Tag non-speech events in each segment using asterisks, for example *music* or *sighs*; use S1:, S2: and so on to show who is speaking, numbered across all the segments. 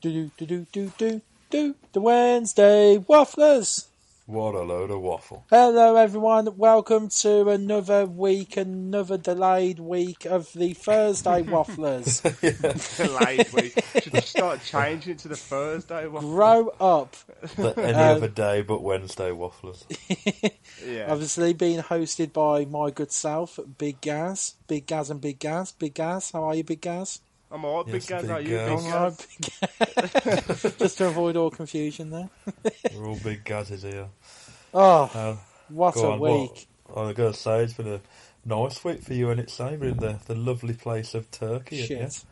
S1: Do do do do do do the Wednesday Wafflers.
S2: What a load of
S3: *laughs*
S2: waffle.
S1: Hello, everyone. Welcome to another week, another delayed week of the Thursday Wafflers.
S2: *laughs*
S3: delayed week. Should just start changing it to the Thursday one.
S1: Grow up.
S2: But any
S3: Um,
S2: other day but Wednesday
S3: *laughs*
S2: wafflers.
S3: Yeah.
S1: Obviously, being hosted by my good self, Big Gaz. Big Gaz and Big Gaz. Big Gaz, how are you, Big Gaz?
S3: I'm alright,
S2: Yes,
S3: big guys.
S2: big Oh,
S3: Are you
S2: guys.
S3: big
S2: I'm
S3: guys?
S1: *laughs* Just to avoid all confusion there.
S2: We're all big gazes here.
S1: Oh,
S2: Um,
S1: what
S2: go
S1: a
S2: on,
S1: week.
S2: What, I'm going to say it's been a nice week for you and it's same in the, the lovely place of Turkey.
S1: Shit.
S2: Yes.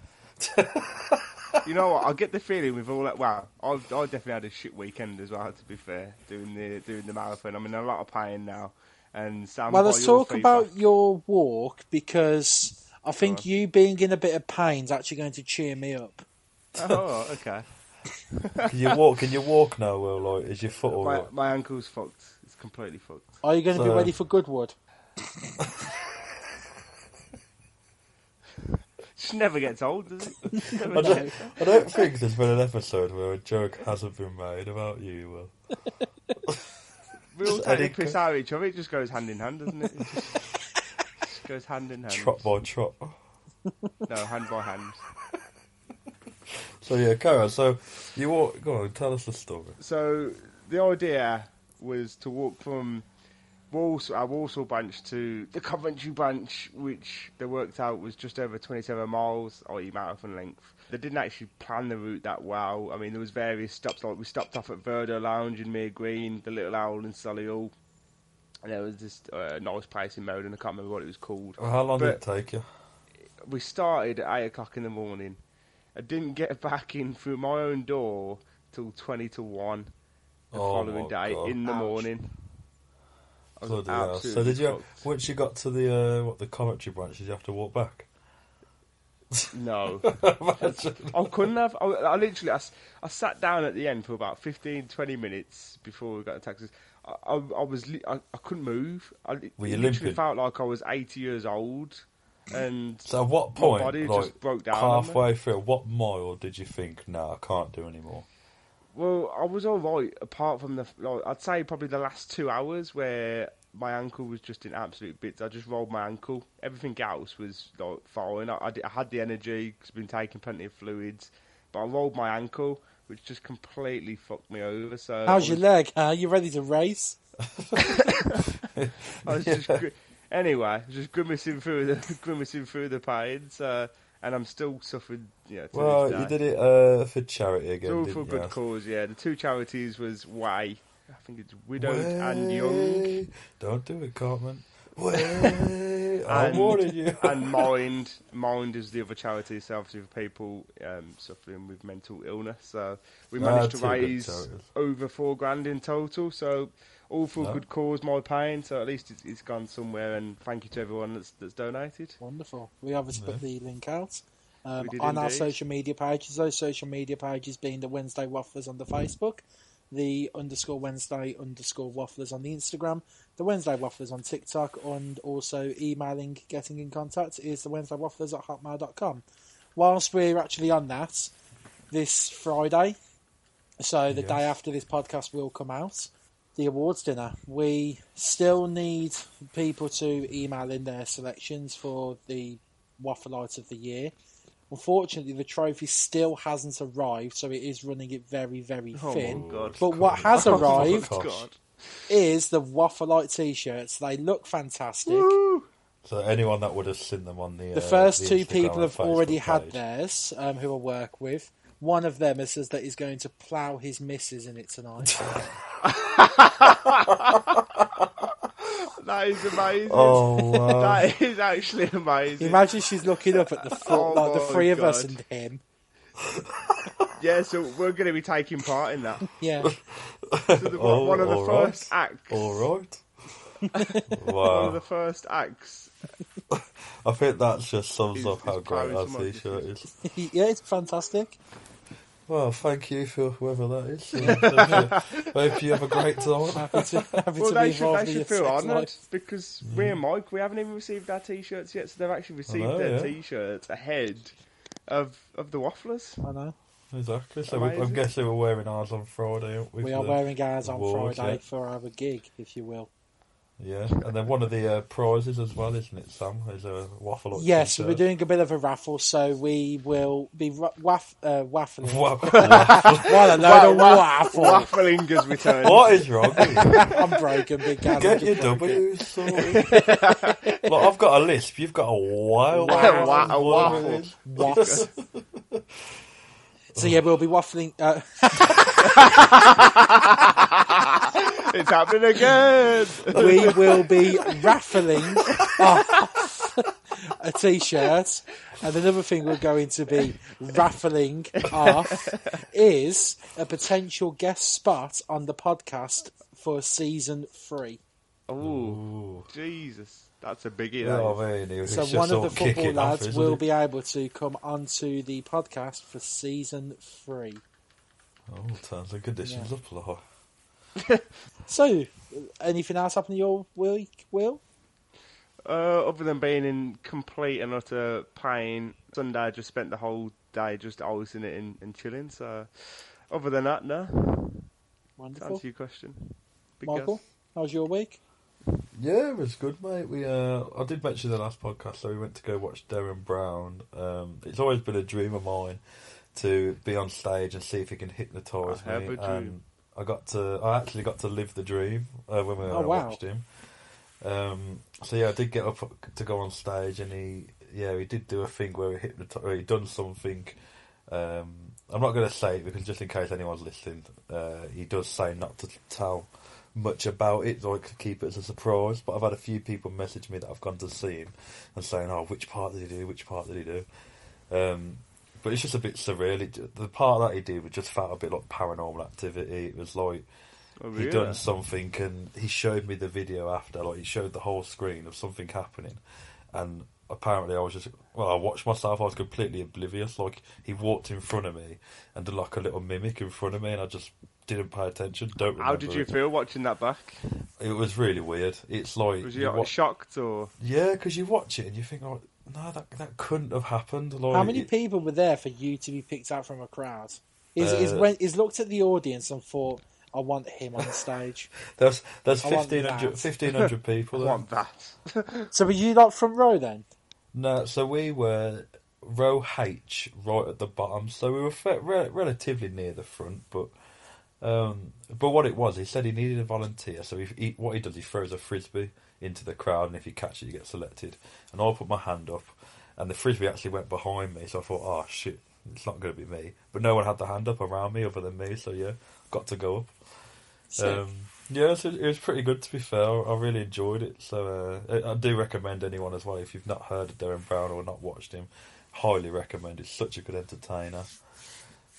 S3: You know what? I get the feeling with all that. Well, I've I definitely had a shit weekend as well. To be fair, doing the doing the marathon. I'm in a lot of pain now. And Sam,
S1: Well,
S3: by
S1: let's
S3: your
S1: talk
S3: feedback-
S1: about your walk because I think you being in a bit of pain is actually going to cheer me up.
S3: *laughs* Oh, okay.
S2: Can you walk? Can you walk now? Will like is your foot all
S3: My
S2: right?
S3: my ankle's fucked. It's completely fucked.
S1: Are you going to be
S2: So-
S1: ready for Goodwood?
S3: Just never gets old,
S2: *laughs*
S3: does it? Never
S2: I
S3: gets
S2: don't, I don't think there's been an episode where a joke hasn't been made about you. uh, Will.
S3: We
S2: Just
S3: all take the
S2: adding
S3: piss
S2: co-
S3: out of each other. It just goes hand in hand, doesn't it? It just,
S2: *laughs*
S3: just goes hand in hand.
S2: trot by trot.
S3: No, hand by hand.
S2: So yeah, go on. So you walk. Go on, tell us the story.
S3: So the idea was to walk from Walsall, our Walsall branch to the Coventry branch, which they worked out was just over 27 miles, i.e. marathon length. They didn't actually plan the route that well. I mean, there was various stops. Like we stopped off at Verdo Lounge in Mere Green, the Little Owl in Solihull. And there was this uh, nice place in Meriden. I can't remember what it was called.
S2: Well, how long
S3: But-
S2: did it take you?
S3: we started at eight o'clock in the morning. I didn't get back in through my own door till twenty to one the
S2: Oh
S3: following
S2: my
S3: day
S2: God.
S3: in the
S1: Ouch.
S3: morning. I was
S2: Bloody hell. So
S3: absolutely
S2: did you?
S3: fucked.
S2: Once you got to the uh, what the commentary branch, did you have to walk back? *laughs*
S3: No, I couldn't have. I, I literally, I, s- I sat down at the end for about 15, 20 minutes before we got the taxis. I, I, I was, li- I, I couldn't move. I li-
S2: Were you
S3: it literally
S2: limping?
S3: felt like I was eighty years old, and
S2: So at what
S3: My
S2: point,
S3: body
S2: like
S3: just broke down on me.
S2: halfway through, what mile did you think, "No, I can't do anymore"?
S3: Well, I was all right, apart from the. Like, I'd say probably the last two hours where my ankle was just in absolute bits. I just rolled my ankle. Everything else was like fine. I, I, did- I had the energy. Cause I've been taking plenty of fluids, but I rolled my ankle, which just completely fucked me over. So I
S1: How's
S3: was,
S1: your leg? Huh? You ready to race?
S3: I was just
S2: *laughs*
S3: gr- anyway, just grimacing through the *laughs* grimacing through the pain. So and I'm still suffering. You know, to this
S2: Well,
S3: day.
S2: you did it uh, for charity again,
S3: It's all
S2: didn't
S3: for a
S2: you?
S3: good cause, yeah. The two charities was Way, I think it's Widowed and Young,
S2: Way- Don't do it, Cartman. Way,
S3: *laughs*
S2: I
S3: And-
S2: warning you.
S3: and Mind. Mind is the other charity, so obviously for people um, suffering with mental illness. So we
S2: Ah,
S3: managed
S2: two
S3: to
S2: good
S3: raise
S2: charities.
S3: over four grand in total. So all for a
S2: No.
S3: good cause, my pain. So at least it's, it's gone somewhere. And thank you to everyone that's that's donated.
S1: Wonderful. We obviously put the link out um,
S3: We did
S1: on our
S3: indeed.
S1: social media pages. Those social media pages being the Wednesday Wafflers on the Facebook, the underscore Wednesday underscore Wafflers on the Instagram, the Wednesday Wafflers on TikTok, and also emailing, getting in contact is the Wednesday Wafflers at hotmail.com. Whilst we're actually on that, this Friday, so the
S2: Yes.
S1: day after this podcast will come out, the awards dinner. We still need people to email in their selections for the Waffle Light of the Year. Unfortunately, the trophy still hasn't arrived, so it is running it very, very
S3: Oh
S1: thin.
S3: my god!
S1: But what
S3: *laughs*
S1: has arrived
S3: Oh,
S2: Gosh.
S3: god!
S1: is the Waffleite t-shirts. They look fantastic.
S2: So anyone that would have seen them on the
S1: The
S2: uh,
S1: first
S2: the
S1: two
S2: Instagram
S1: people
S2: and
S1: have already
S2: Facebook
S1: had
S2: page.
S1: theirs, um, who I work with. One of them is says that he's going to plough his missus in it tonight.
S3: That is amazing. *laughs*
S2: Oh wow!
S3: That is actually amazing.
S1: Imagine she's looking up at the foot,
S3: *laughs* Oh
S1: like the
S3: my
S1: three of us
S3: God.
S1: and him.
S3: Yeah, so we're going to be taking part in that. *laughs*
S1: Yeah, *laughs*
S3: So the,
S2: *laughs* Oh,
S3: one of the
S2: all right.
S3: first acts.
S2: all
S3: *laughs*
S2: right.
S3: One of
S2: wow!
S3: the first acts.
S2: I think that just sums
S3: He's-
S2: up how great
S3: he's proud
S2: that
S3: of someone.
S2: t-shirt is.
S1: yeah, it's fantastic.
S2: Well, thank you for whoever that is. *laughs* Uh, hope you- hope you have a great time.
S1: Happy
S3: *laughs*
S1: to, happy
S3: Well,
S1: to be
S3: they should,
S1: involved
S3: they
S1: in your
S3: should
S1: sex
S3: feel honoured
S1: life.
S3: because we and Mike, we haven't even received our t shirts yet, so they've actually received
S2: know,
S3: their
S2: yeah.
S3: t shirts ahead of of the Wafflers.
S1: I know.
S2: Exactly. So we, I'm
S3: Amazing.
S2: guessing we're wearing ours on Friday, aren't we?
S1: We
S2: for
S1: are
S2: the-
S1: wearing ours on
S2: awards,
S1: Friday
S2: yeah.
S1: for our gig, if you will.
S2: Yeah, and then one of the uh, prizes as well, isn't it, Sam? Is a waffle. Hut
S1: Yes,
S2: t-shirt.
S1: we're doing a bit of a raffle, so we will be ra- waff- uh, waffling.
S2: Wa- waffle.
S1: What a load
S3: Wa-
S1: of waffle!
S3: Waffling has returned.
S2: what is wrong? with you?
S1: I'm broken,
S3: *laughs*
S1: big guy.
S2: Get your
S1: *laughs*
S2: W's sorted. Look, I've got a lisp. You've got a wild
S3: Wa- wa-
S2: whatever
S3: a
S2: it
S3: waffle.
S2: is.
S1: Waffs. so yeah, we'll be waffling. Uh,
S3: It's
S1: *laughs*
S3: happening again.
S2: *laughs*
S1: we will be raffling off a t-shirt, and another thing we're going to be raffling off is a potential guest spot on the podcast for season three.
S3: Oh,
S2: Ooh.
S3: Jesus. That's a biggie,
S2: You know
S3: that
S1: Oh,
S2: what
S3: is.
S2: I mean? It's
S1: So
S2: just
S1: one of
S2: all
S1: the football
S2: kicking off,
S1: lads
S2: isn't
S1: will
S2: it?
S1: be able to come onto the podcast for season three.
S2: Oh, terms and conditions apply.
S1: So, anything else happening your week, Will?
S3: Uh, other than being in complete and utter pain, Sunday I just spent the whole day just always in it and, and chilling. So, other than that, no. To
S1: Wonderful.
S3: answer your question, Big
S1: Michael,
S3: guess.
S1: how's your week?
S2: Yeah, it was good, mate. We uh, I did mention the last podcast, so we went to go watch Darren Brown. Um, it's always been a dream of mine to be on stage and see if he can hypnotise
S3: I have
S2: me.
S3: a dream.
S2: And I got to, I actually got to live the dream uh, when we
S1: Oh,
S2: uh,
S1: wow.
S2: watched him. Um, so yeah, I did get up to go on stage, and he, yeah, he did do a thing where he hypnotised, he done something. Um, I'm not going to say it because just in case anyone's listening, uh, he does say not to tell much about it, so I could keep it as a surprise. But I've had a few people message me that I've gone to see him and saying, "Oh, which part did he do? Which part did he do?" Um, but it's just a bit surreal. It, the part that he did was just felt a bit like paranormal activity. It was like
S3: Oh,
S2: he
S3: really?
S2: done something and he showed me the video after like he showed the whole screen of something happening and apparently i was just well i watched myself i was completely oblivious like he walked in front of me and did like a little mimic in front of me and i just didn't pay attention don't remember
S3: How did you
S2: it.
S3: feel watching that back?
S2: it was really weird it's like
S3: Was
S2: you
S3: you
S2: wa-
S3: shocked or?
S2: yeah because you watch it and you think like no that that couldn't have happened like
S1: How many
S2: it-
S1: people were there for you to be picked out from a crowd? Is is
S2: Uh,
S1: when is looked at the audience and thought, "I want him on stage."
S2: there's there's
S1: I want
S2: 1500,
S1: that. *laughs*
S2: 1500 people
S3: I
S2: there.
S3: want that.
S1: so were you like front row then?
S2: Uh, No, so we were row H, right at the bottom. So we were fe- re- relatively near the front, but um, but what it was, he said he needed a volunteer. So he, he, what he does, he throws a frisbee into the crowd, and if you catch it, you get selected. And I put my hand up, and the frisbee actually went behind me. So I thought, oh shit, it's not going to be me. But no one had the hand up around me other than me. So yeah, got to go up.
S1: So,
S2: Um, yeah, so it was pretty good to be fair. I I really enjoyed it, so uh, I- I do recommend anyone as well if you've not heard of Darren Brown or not watched him. Highly recommend. He's such a good entertainer.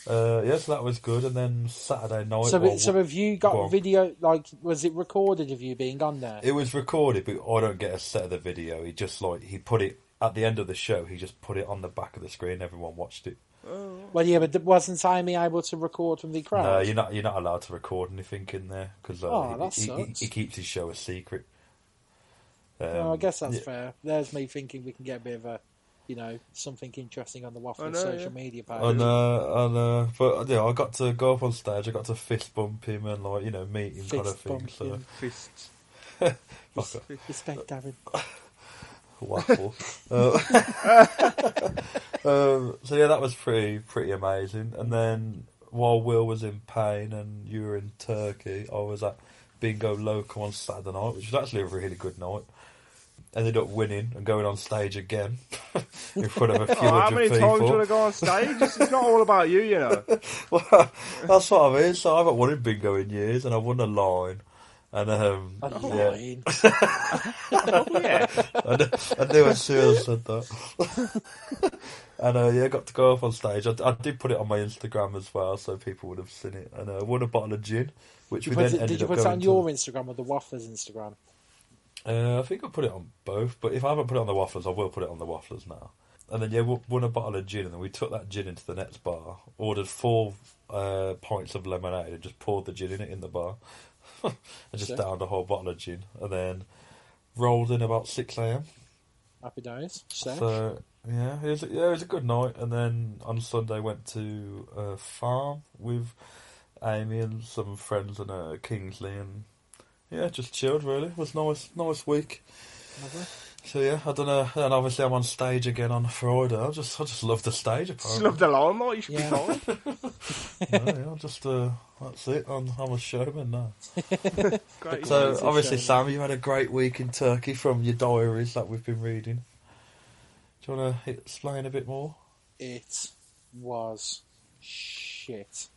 S2: Uh, yeah, so that was good. And then Saturday night,
S1: so,
S2: well,
S1: so have you got
S2: go on.
S1: video? Like, was it recorded of you being on there?
S2: it was recorded, but I don't get a set of the video. He just like he put it at the end of the show. He just put it on the back of the screen. Everyone watched it.
S3: Oh.
S1: well, yeah, but wasn't Simon able to record from the crowd?
S2: No, you're not. You're not allowed to record anything in there because uh,
S1: Oh,
S2: he-
S1: that
S2: he, he-
S1: sucks.
S2: he keeps his show a secret.
S1: Well, I
S2: Um,
S1: guess that's
S2: yeah.
S1: fair. There's me thinking we can get a bit of a, you know, something interesting on the Waffle
S3: I know,
S1: social
S3: yeah.
S1: media page.
S2: And uh, and uh, but you know, I got to go up on stage. I got to fist bump him and like you know meet him kind of
S1: Fist
S2: thing. So
S1: bumping.
S2: *laughs*
S3: Fist.
S2: fuck off,
S1: Respect, Darren.
S2: waffle. Uh, *laughs* um, so yeah, that was pretty pretty amazing. And then while Will was in pain and you were in Turkey, I was at Bingo Loco on Saturday night, which was actually a really good night. Ended up winning and going on stage again *laughs* in front of a few
S3: *laughs* Oh, how
S2: hundred
S3: many
S2: people.
S3: times do you want to go on stage? This is not all about you, you
S1: *laughs*
S3: know.
S2: Well, *laughs* that's what I mean. So I haven't won in bingo in years, and I won a line, and um,
S1: A
S2: yeah,
S1: line.
S3: Oh, yeah.
S2: *laughs* I knew, I knew as soon as I said that. *laughs* and uh, yeah, I got to go up on stage. I, I did put it on my Instagram as well, so people would have seen it. And uh, I won a bottle of gin, which
S1: You
S2: we
S1: put
S2: then
S1: it-
S2: ended
S1: did you
S2: up
S1: put it
S2: going
S1: on
S2: to-
S1: your Instagram or the Waffler's Instagram?
S2: Uh, I think I put it on both, but if I haven't put it on the wafflers, I will put it on the wafflers now. And then yeah, w- won a bottle of gin, and then we took that gin into the next bar, ordered four uh, pints of lemonade, and just poured the gin in it in the bar, *laughs* and just
S1: Okay.
S2: downed a whole bottle of gin, and then rolled in about six a.m.
S1: Happy days. So,
S2: So Yeah, it was, yeah, it was a good night. And then on Sunday, went to a farm with Amy and some friends in uh, Kingsley, and yeah, just chilled. Really, it was nice, nice week.
S1: Lovely.
S2: So yeah, I don't know. And obviously, I'm on stage again on Friday. I just, I just love the stage.
S3: Just
S2: Apparently,
S3: love the limelight. You should
S1: Yeah.
S3: be fine.
S2: yeah, yeah, just uh, that's it. I'm, I'm a showman now.
S3: Great.
S2: So
S1: it's a
S2: obviously,
S1: shame.
S2: Sam, you had a great week in Turkey from your diaries that we've been reading. Do you want to explain a bit more? *laughs*
S1: It was shit.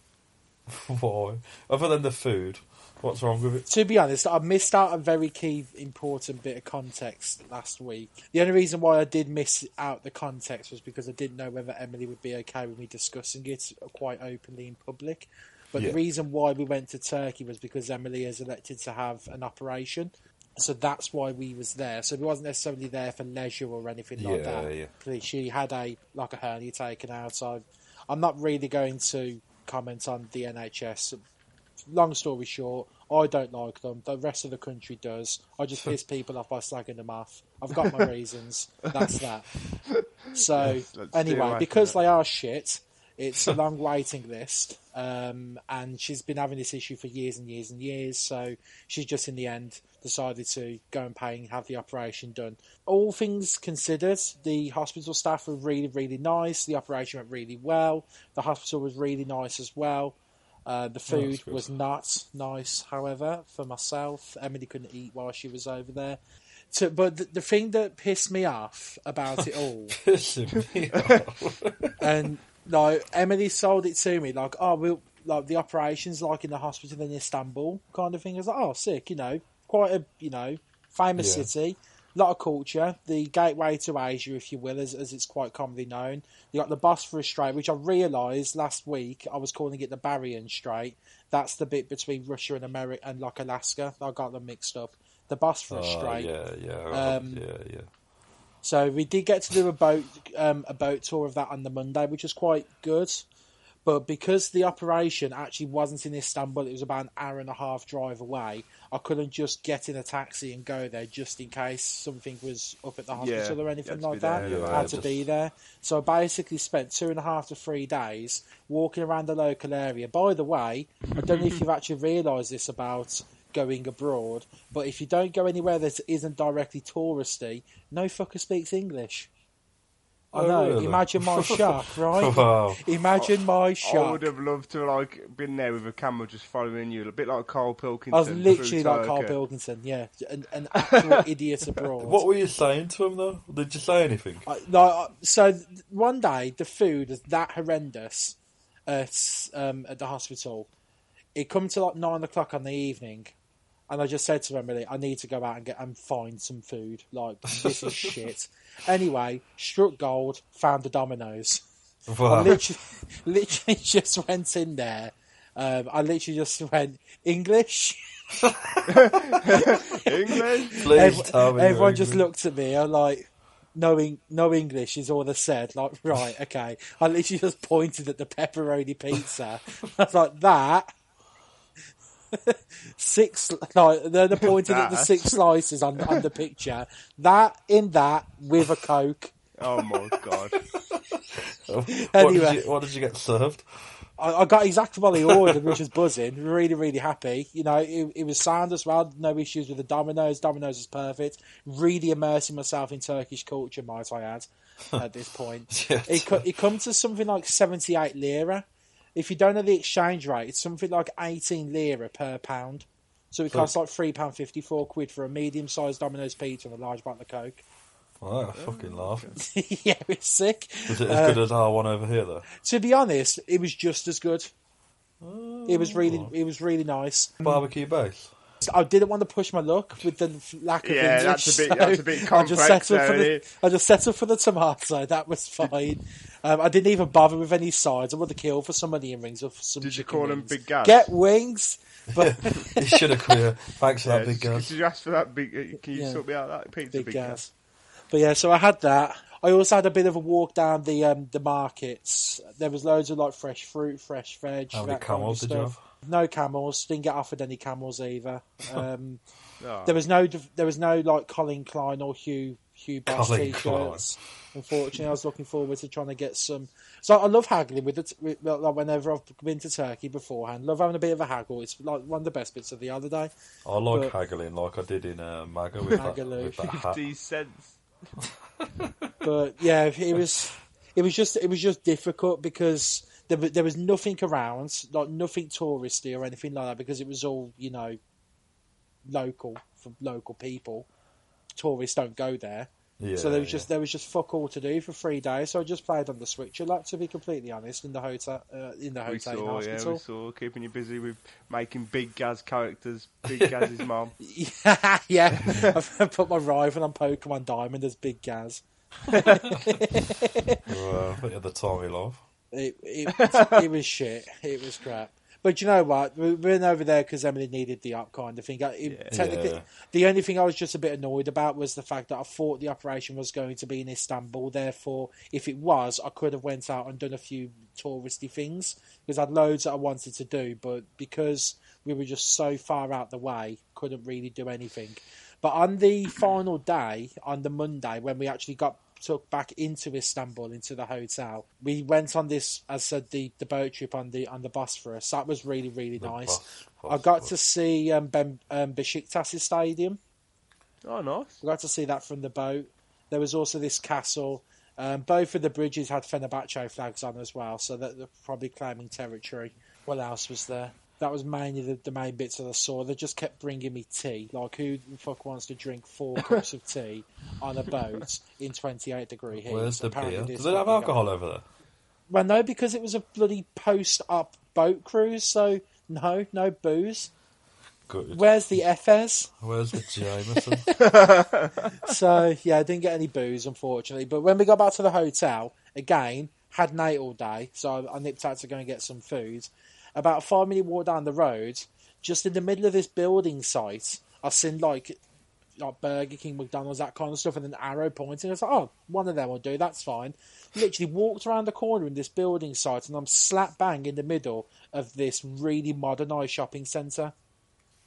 S2: Why? Other than the food, what's wrong with it? *laughs*
S1: To be honest, I missed out a very key important bit of context last week. The only reason why I did miss out the context was because I didn't know whether Emily would be okay with me discussing it quite openly in public. But
S2: Yeah.
S1: the reason why we went to Turkey was because Emily has elected to have an operation. So that's why we was there. So we wasn't necessarily there for leisure or anything like
S2: Yeah,
S1: that.
S2: yeah.
S1: Please, She had a like a hernia taken out. So I'm not really going to comment on the NHS long story short, I don't like them. The rest of the country does. I
S2: *laughs*
S1: just piss people off by slagging them off. I've got my reasons. That's that. *laughs* So
S3: Yes, let's stay away
S1: anyway,
S3: from
S1: because
S3: that.
S1: they are shit, it's a long waiting list, um, and she's been having this issue for years and years and years. So she's just in the end decided to go and pay and have the operation done. All things considered, the hospital staff were really, really nice. The operation went really well. The hospital was really nice as well. Uh, the
S2: Oh, that's
S1: food
S2: good.
S1: was not nice, however, for myself. Emily couldn't eat while she was over there. To, but the, the thing that pissed me off about it all
S2: Pissing
S1: *laughs*
S2: me off.
S1: and like Emily sold it to me, like, oh, we'll like the operations like in the hospital in Istanbul kind of thing. I was like, oh, sick, you know, quite a you know famous
S2: Yeah.
S1: city, lot of culture, the gateway to Asia, if you will, as, as it's quite commonly known. You got the Bosphorus Strait, which I realised last week I was calling it the Barrier Strait. That's the bit between Russia and America and like Alaska. I got them mixed up. The Bosphorus
S2: Oh,
S1: Strait.
S2: yeah, yeah,
S1: Um,
S2: yeah, yeah.
S1: So we did get to do a boat um, a boat tour of that on the Monday, which was quite good. But because the operation actually wasn't in Istanbul, it was about an hour and a half drive away. I couldn't just get in a taxi and go there just in case something was up at the hospital
S3: you
S1: or
S3: had
S1: anything
S3: to be
S1: like
S3: there
S1: that.
S2: anyway,
S1: I had to
S2: just-
S1: be there. So I basically spent two and a half to three days walking around the local area. By the way, I don't know if you've actually realised this about going abroad, but if you don't go anywhere that isn't directly touristy, no fucker speaks English. I
S2: Oh,
S1: know.
S2: really?
S1: Imagine
S3: *laughs*
S1: my shock, right?
S2: *laughs* Wow.
S1: Imagine
S2: Oh,
S1: my
S3: I
S1: shock.
S3: would have loved to like been there with a camera just following you, a bit like Carl Pilkington.
S1: I was
S3: through
S1: literally like Carl
S3: Turkey.
S1: Pilkington, yeah, an,
S2: *laughs*
S1: an actual idiot abroad.
S2: What were you saying to him though? Did you say anything?
S1: I, no, I- so th- one day the food was that horrendous at um, at the hospital. It come to like nine o'clock on the evening, and I just said to Emily, "I need to go out and get and find some food. Like this
S2: *laughs*
S1: is shit." Anyway, struck gold, found the Dominoes. I *laughs*
S2: Wow.
S1: literally, literally *laughs* just went in there. Um, I literally just went English.
S3: English.
S2: Please
S1: Ev-
S2: tell me
S1: everyone
S2: you're
S1: just
S2: angry.
S1: looked at me. I'm like, no, Eng- no English is all they said. Like, *laughs* right, okay. I literally just pointed at the pepperoni pizza. *laughs* I was like, that. *laughs* six, no, they're they're pointing at the
S3: That.
S1: six slices on, on the picture. That in that with a Coke.
S3: Oh my
S1: *laughs*
S3: god.
S2: What did,
S1: Anyway.
S2: you, what did you get served?
S1: I, I got exactly what I ordered, which was buzzing. Really, really happy. You know, it, it was sound as well. No issues with the dominoes. Dominoes is perfect. Really immersing myself in Turkish culture, might I add, at this point.
S2: Yeah.
S1: it, co- it comes to something like 78 lira. If you don't know the exchange rate, it's something like 18 lira per pound. So it costs like £3.50, four quid for a medium sized Domino's pizza and a large bottle of Coke. *laughs*
S2: Wow, I fucking laugh.
S1: yeah, it's sick.
S2: Was
S1: Uh,
S2: it as good as our one over here though?
S1: To be honest, it was just as good. It was really, it was really nice.
S2: Barbecue base.
S1: I didn't want to push my luck with the f- lack of
S3: Yeah,
S1: English.
S3: that's a bit-
S1: so
S3: that's a
S1: *laughs*
S3: bit
S1: I just
S3: complex
S1: settled
S3: there,
S1: for the,
S3: innit?
S1: I just settled for the tomato. That was fine. *laughs* um, I didn't even bother with any sides. I would have killed for some onion rings or for some.
S3: Did you
S1: chicken
S3: call him
S1: wings.
S3: Big Gaz?
S1: Get wings,
S2: *laughs*
S1: but
S2: You should have clear. Thanks for
S3: Yeah,
S2: that big
S3: just-
S2: gas.
S3: Did you ask for that big? uh, Can you
S1: Yeah.
S3: sort me out that pizza
S1: big,
S3: big,
S1: gas.
S3: gas?
S1: But yeah, so I had that. I also had a bit of a walk down the um, the markets. There was loads of like fresh fruit, fresh veg.
S2: How many
S1: that kind of
S2: camels did you
S1: stuff. No camels. Didn't get offered any camels either. Um,
S3: Oh.
S1: There was no, there was no like Colin Klein or Hugh Hugh Bass
S2: Colin
S1: t-shirts. Unfortunately, I was looking forward to trying to get some. So I love haggling with it. With, like whenever I've been to Turkey beforehand, love having a bit of a haggle. It's like one of the best bits of the holiday.
S2: I like
S1: But-
S2: haggling like I did in uh, MAGA with that,
S1: Magalow.
S2: with
S1: *laughs*
S2: that hat.
S3: 50 cents.
S1: but yeah, it was it was just it was just difficult because there was, there was nothing around, like nothing touristy or anything like that, because it was all you know local for local people. Tourists don't go there,
S2: Yeah,
S1: so there was
S2: yeah.
S1: just there was just fuck all to do for three days. So I just played on the Switch a lot, to be completely honest, in the hotel uh, in the
S3: We
S1: hotel in
S3: saw, yeah, we
S1: hospital.
S3: saw. Keeping you busy with making Big Gaz characters. Big Gaz's
S1: *laughs*
S3: mom.
S1: Yeah, yeah. *laughs* I've put my rival on Pokemon Diamond as Big Gaz.
S2: Uh, but at the time, we love.
S1: It, it, it was shit. It was crap. But you know what? We we went over there because Emily needed the op kind of thing. I- It, technically,
S2: Yeah.
S1: the only thing I was just a bit annoyed about was the fact that I thought the operation was going to be in Istanbul. Therefore, if it was, I could have went out and done a few touristy things because I had loads that I wanted to do. But because we were just so far out the way, couldn't really do anything. But on
S2: *clears throat*
S1: the final day, on the Monday, when we actually got took back into Istanbul, into the hotel, we went on this, as said, the, the boat trip on the on the Bosphorus. That was really, really
S2: The
S1: nice.
S2: Bos-
S1: I got to
S2: Bosphorus.
S1: see um, ben, um, Besiktas' stadium.
S3: Oh, nice.
S1: I got to see that from the boat. There was also this castle. Um, both of the bridges had Fenerbahce flags on as well, so that they're probably claiming territory. What else was there? That was mainly the, the main bits that I saw. They just kept bringing me tea. Like, who the fuck wants to drink four cups of tea on a boat in 28 degree heat?
S2: Where's the
S1: Apparently
S2: beer?
S1: this
S2: Do they have
S1: fucking guy-
S2: alcohol over there?
S1: Well, no, because it was a bloody post up boat cruise, so no, no booze.
S2: Good.
S1: Where's the FS?
S2: Where's the Jameson?
S1: so yeah, I didn't get any booze unfortunately. But when we got back to the hotel again, had night all day, so I, I nipped out to go and get some food. About a five minute walk down the road, just in the middle of this building site, I seen like like Burger King, McDonald's, that kind of stuff, and an arrow pointing. I was like, oh, one of them will do, that's fine. Literally walked around the corner in this building site, and I'm slap bang in the middle of this really modernised shopping centre.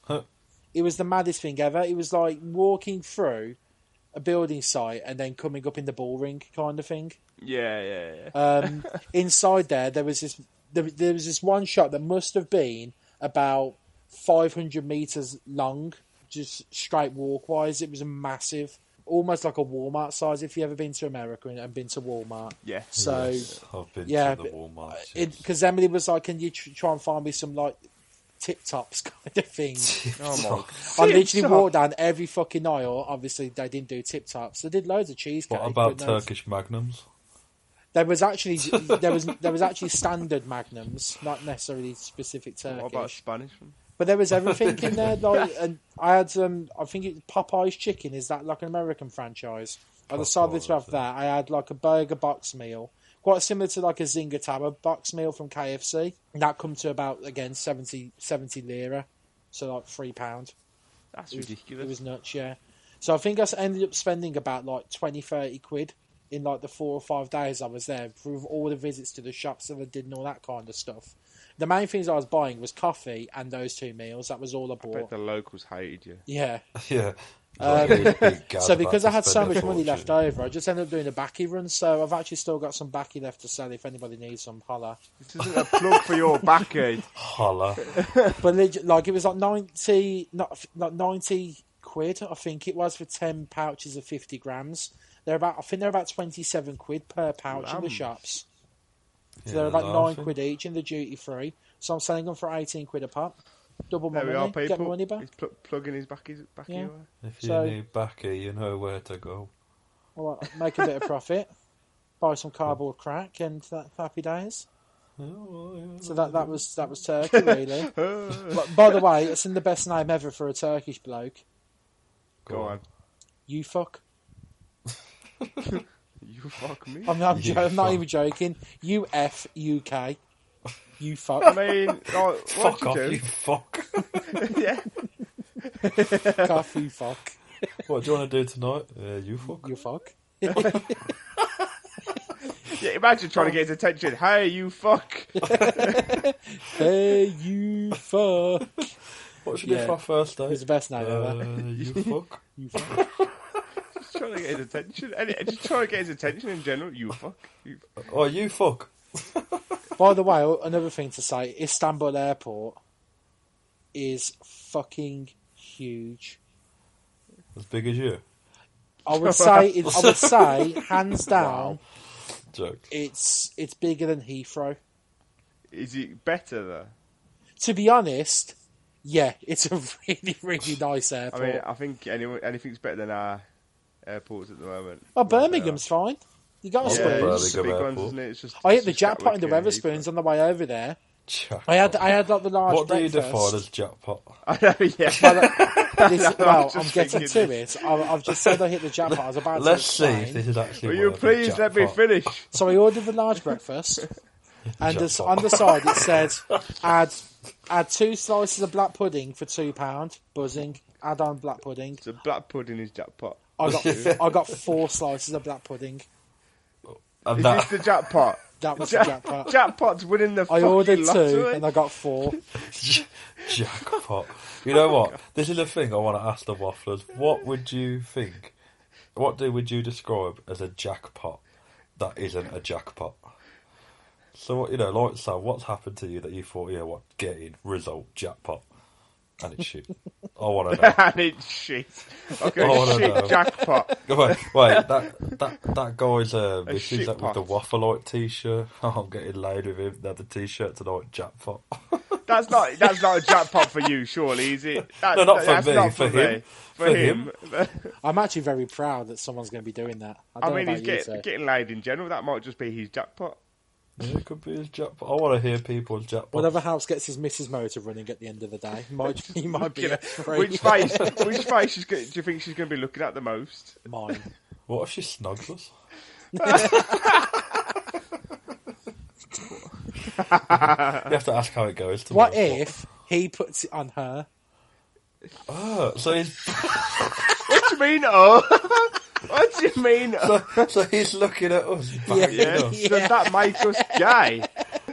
S2: Huh.
S1: It was the maddest thing ever. It was like walking through a building site and then coming up in the ball ring kind of thing.
S3: Yeah, yeah, yeah.
S2: *laughs*
S1: Um, inside there, there was this there, there was this one shot that must have been about 500 meters long, just straight walkwise. It was massive, almost like a Walmart size. If you ever been to America and, and been to Walmart,
S3: yeah.
S1: *laughs* so
S2: Yes, I've been
S1: yeah,
S2: to the
S1: but-
S2: Walmart. yes. *laughs*
S1: because Emily was like, "Can you tr- try and find me some like tip tops *laughs* kind of
S2: *laughs*
S1: thing?"
S3: Oh,
S1: I
S3: Tip
S1: literally
S3: top.
S1: walked down every fucking aisle. Obviously, they didn't do tip tops. They did loads of cheesecake.
S2: what about
S1: but no-
S2: Turkish magnums? *laughs*
S1: There was actually there was there was actually standard magnums, not necessarily specific
S3: my.
S1: Turkish.
S3: What about Spanish? one?
S1: But there was everything in
S3: *laughs*
S1: there. Like, and I had um, I think it Popeye's chicken. Is that like an American franchise? I decided to have
S2: Popeye's,
S1: that. I had like a burger box meal, quite similar to like a Zinger Tower box meal from KFC. And that come to about again 70, 70 lira, so like three pound.
S3: That's
S1: It was-
S3: ridiculous.
S1: It was nuts, yeah. So I think I s- ended up spending about like 20, 30 quid in like the four or five days I was there for all the visits to the shops that I did and all that kind of stuff. The main things I was buying was coffee and those two meals. That was all I
S3: I bet
S1: bought.
S3: the locals hated you.
S1: yeah.
S2: yeah.
S1: Um,
S2: Big- big gas
S1: So
S2: about
S1: because
S2: to
S1: I had so
S2: spend a
S1: much money left
S2: fortune.
S1: over, I just ended up doing a backy run. So I've actually still got some backy left to sell if anybody needs some. Holla.
S3: This isn't a plug for your back end.
S2: Holla.
S1: But leg- like it was like ninety, not like ninety quid, I think it was for ten pouches of fifty grams. They're about, I think they're about twenty-seven quid per pouch in the
S3: Lambs.
S1: shops. So
S2: Yeah,
S1: they're about nine
S2: laughing.
S1: quid each in the duty free. So I'm selling them for eighteen quid a pop. Double my
S3: *laughs* There we
S1: money,
S3: are,
S1: get my
S3: people.
S1: money back.
S3: He's pl- plugging his back, his back
S1: Yeah.
S3: away.
S2: If you
S1: So-
S2: need backy, you know where to go.
S1: All right, make a bit of profit, *laughs* buy some cardboard crack, and that, happy days.
S2: Oh,
S1: So that that was that was Turkey
S3: *laughs*
S1: really. but by the way, it's in the best name ever for a Turkish bloke.
S3: Go on.
S1: You fuck.
S3: You fuck me.
S1: I'm, I'm,
S2: You
S1: jo- I'm not
S2: fuck.
S1: even joking. U F U K. You
S3: I *laughs*
S1: fuck. *laughs*
S3: mean, like, what
S2: Fuck
S3: do
S2: off, you
S3: you
S2: fuck. *laughs*
S3: do? *laughs* yeah.
S1: Cuff, you fuck.
S2: what do you want to do tonight? Uh, you fuck.
S1: You fuck.
S3: yeah. Imagine trying to get his attention. Hey, you fuck.
S1: Hey, you fuck. It
S2: What should we
S1: Yeah.
S2: do for our first
S1: *laughs*
S2: date?
S1: was the best name ever.
S2: Uh, you fuck.
S1: You fuck.
S3: Just trying to get his attention. And and just try to get his attention in general. You fuck. You fuck.
S2: Oh, you fuck. Uh.
S1: By the way, another thing to say Istanbul Airport is fucking huge.
S2: As big as you.
S1: I
S3: *laughs*
S1: would say, it, I would say, hands down,
S2: Joke.
S1: it's it's bigger than Heathrow.
S3: Is it better though?
S1: To be honest, yeah, it's a *laughs* really really nice
S3: I
S1: airport.
S3: mean, I think anyone, anything's better than our airports at the moment.
S1: well, Birmingham's fine. You got to
S2: Yeah,
S3: Yeah,
S1: squeeze.
S3: it's just the
S2: Birmingham
S3: big ones,
S2: Airport.
S3: isn't it? It's just,
S1: I
S3: it's
S1: hit Oh, the
S3: just
S1: jackpot in the
S3: Gatwick *laughs* and
S1: Weatherspoons on the way over there.
S2: Jack-
S1: I had I had like the large
S2: what do you
S1: breakfast.
S2: define *laughs* as jackpot?
S3: Heathrow.
S1: *laughs*
S3: yeah.
S1: This-
S3: I
S1: well,
S3: was
S1: I'm
S3: just
S1: getting
S3: thinking
S1: to it. I, I've just said I hit the jackpot. I was about to
S2: Let's see if
S1: explain.
S2: this is actually.
S3: Will you
S2: worth a
S3: please let me
S2: jackpot.
S3: finish?
S1: So I ordered the large
S2: *laughs*
S1: breakfast, and the,
S2: Jackpot.
S1: on the side it said, "Add add two slices of black pudding for two pound." Buzzing. Add on black pudding.
S3: So black pudding is jackpot.
S1: I got I got four slices of black pudding.
S2: And
S3: Is
S2: that,
S3: this
S1: *laughs*
S3: the jackpot?
S1: That was the
S3: Ja-
S1: jackpot.
S3: Jackpot's winning the
S1: I
S3: fucking
S1: ordered two
S3: lottery.
S1: and I got four.
S2: *laughs* jackpot. You know what? This is a thing I want to ask the wafflers. What would you think? What do would you describe as a jackpot that isn't a jackpot? So what you know, like Sam, what's happened to you that you thought, you know what, get in, result, jackpot, and it's shit. I want to
S3: *laughs*
S2: know. *laughs*
S3: and it's shit. Okay,
S2: Oh, no,
S3: shit
S2: no.
S3: jackpot.
S2: Come on, wait, that that that guy's um,
S3: A
S2: this is
S3: shit
S2: that with the
S3: pot.
S2: waffleite t-shirt. *laughs* I'm getting laid with him. Now the t-shirt tonight, jackpot. *laughs*
S3: That's not that's not a jackpot for you, surely, is
S2: *laughs*
S3: it? That,
S2: No, not for
S3: that's
S2: me,
S3: Not
S2: for
S3: for,
S2: him.
S3: me.
S2: For him.
S1: I'm actually very proud that someone's going to be doing that. I
S3: *laughs* I
S1: don't
S3: mean,
S1: know
S3: he's
S1: about you
S3: get,
S1: two.
S3: getting laid in general. That might just be his jackpot.
S2: Yeah, it could be his jackpot. I want to hear people's jackpot.
S1: Whatever house gets his Mrs. Motor running at the end of the day, might he might be
S3: You know,
S1: a free
S3: *laughs* which
S1: *laughs*
S3: face? Which face is, go- do you think she's going to be looking at the most?
S1: mine.
S2: What if she snugs
S1: *laughs*
S2: us? you have to ask how it goes. To
S1: What
S2: know.
S1: if he puts it on her?
S2: Oh, so he's *laughs*
S3: What do you mean? Oh, *laughs* what do you mean? Oh?
S2: so he's looking at us.
S1: Yeah.
S2: banging *laughs*
S3: Yeah.
S2: us.
S1: Yeah.
S3: Does that make us gay?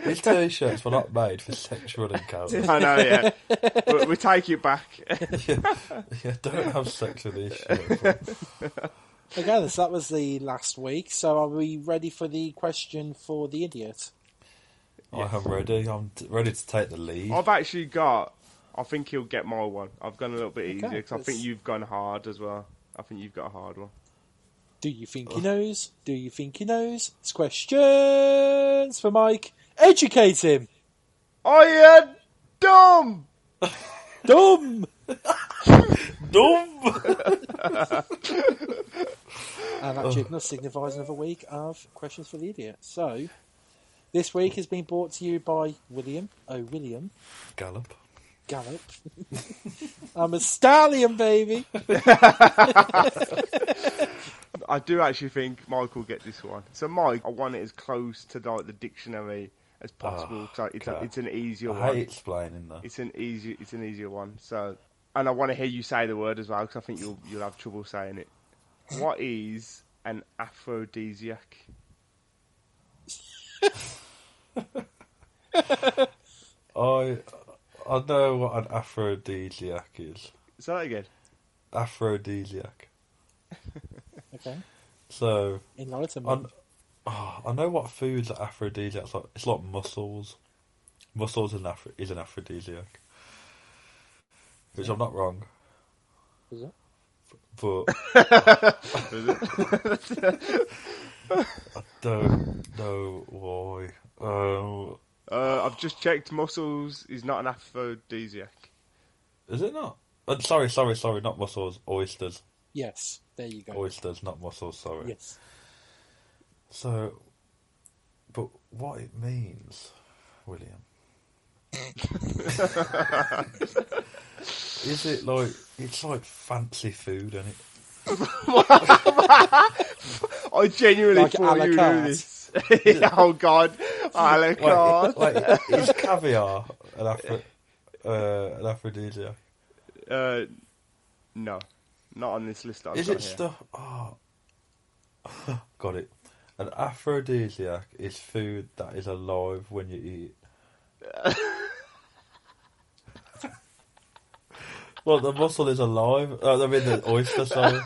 S2: His t-shirts were not made for sexual
S1: *laughs*
S2: encounters.
S3: I know. Yeah, we, we take it back.
S2: yeah, don't have sex with these shirts.
S1: Again, so that was the last week. So are we ready for the question for the idiot?
S2: I am ready. I'm t- ready to take the lead.
S3: I've actually got. I think he'll get my one. I've gone a little bit easier because I
S1: let's-
S3: think you've gone hard as well. I think you've got a hard one.
S1: Do you think he knows? Do you think he knows? It's questions for Mike. Educate him.
S3: I am dumb.
S1: Dumb.
S2: *laughs* Dumb.
S1: And that Jigna signifies another week of questions for the idiot. So this week has been brought to you by William. Oh, William.
S2: Gallop.
S1: Gallop. *laughs* I'm a stallion, baby.
S3: I do actually think Mike will get this one. So Mike, I want it as close to like the dictionary as possible.
S2: Oh,
S3: so it's, a,
S2: God.
S3: it's an easier
S2: I
S3: one.
S2: hate explaining that.
S3: It's an easy. It's an easier one. So, and I want to hear you say the word as well because I think you'll you'll have trouble saying it. What is an aphrodisiac?
S2: I I know what an aphrodisiac is.
S3: Say that again.
S2: Aphrodisiac.
S1: Okay.
S2: So
S1: Enlighten me.
S2: I, oh, I know what foods are aphrodisiac. It's like, it's like mussels. Mussels is an, aphro, is an aphrodisiac. Which I'm not wrong,
S1: Is it?
S2: but I don't know why. Um,
S3: Uh, I've just checked. Muscles is not an aphrodisiac.
S2: is it not? Uh, sorry, sorry, sorry. Not mussels. Oysters.
S1: Yes. There you go.
S2: Oysters, not mussels. Sorry.
S1: Yes.
S2: So, but what it means, William? is it like it's like fancy food, and it?
S3: I genuinely
S1: Like a
S3: thought
S1: la
S3: you knew
S1: carte.
S3: this. *laughs* oh God, a la
S2: Wait,
S3: carte.
S2: wait, is caviar an, aphro, uh, an aphrodisiac?
S3: Uh, no, not on this list. That I've
S2: Is
S3: got
S2: it
S3: here.
S2: stuff? Oh, *laughs* got it. An aphrodisiac is food that is alive when you
S3: *laughs*
S2: eat it. well, the mussel is alive. Uh, I mean, the oyster. Sorry.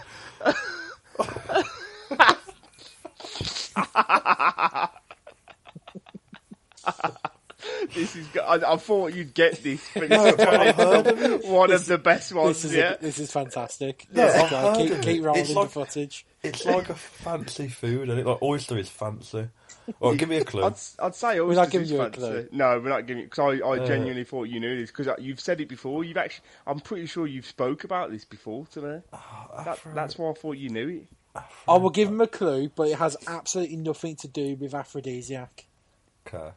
S3: this is. go- I, I thought you'd get this, but
S1: No,
S3: it's
S1: but
S3: turned
S1: I've heard
S3: into one of the best ones
S1: This is
S3: yet.
S1: a, this is fantastic.
S2: Yeah,
S1: This is
S2: I've
S1: great.
S2: heard
S1: keep,
S2: of
S1: keep
S2: it.
S1: rolling
S2: It's
S1: the
S2: like-
S1: footage.
S2: It's like a fancy food, and it like oyster is fancy. Well, give me a clue.
S3: I'd, I'd say
S1: We're
S3: oysters
S1: not giving
S3: is
S1: you a
S3: fancy.
S1: clue.
S3: No, we're not giving you because I, I
S2: Uh.
S3: genuinely thought you knew this because you've said it before. You've actually, I'm pretty sure you've spoke about this before to me.
S1: Ah,
S3: That, that's why I thought you knew it.
S1: I will give him a clue, but it has absolutely nothing to do with aphrodisiac.
S2: Okay.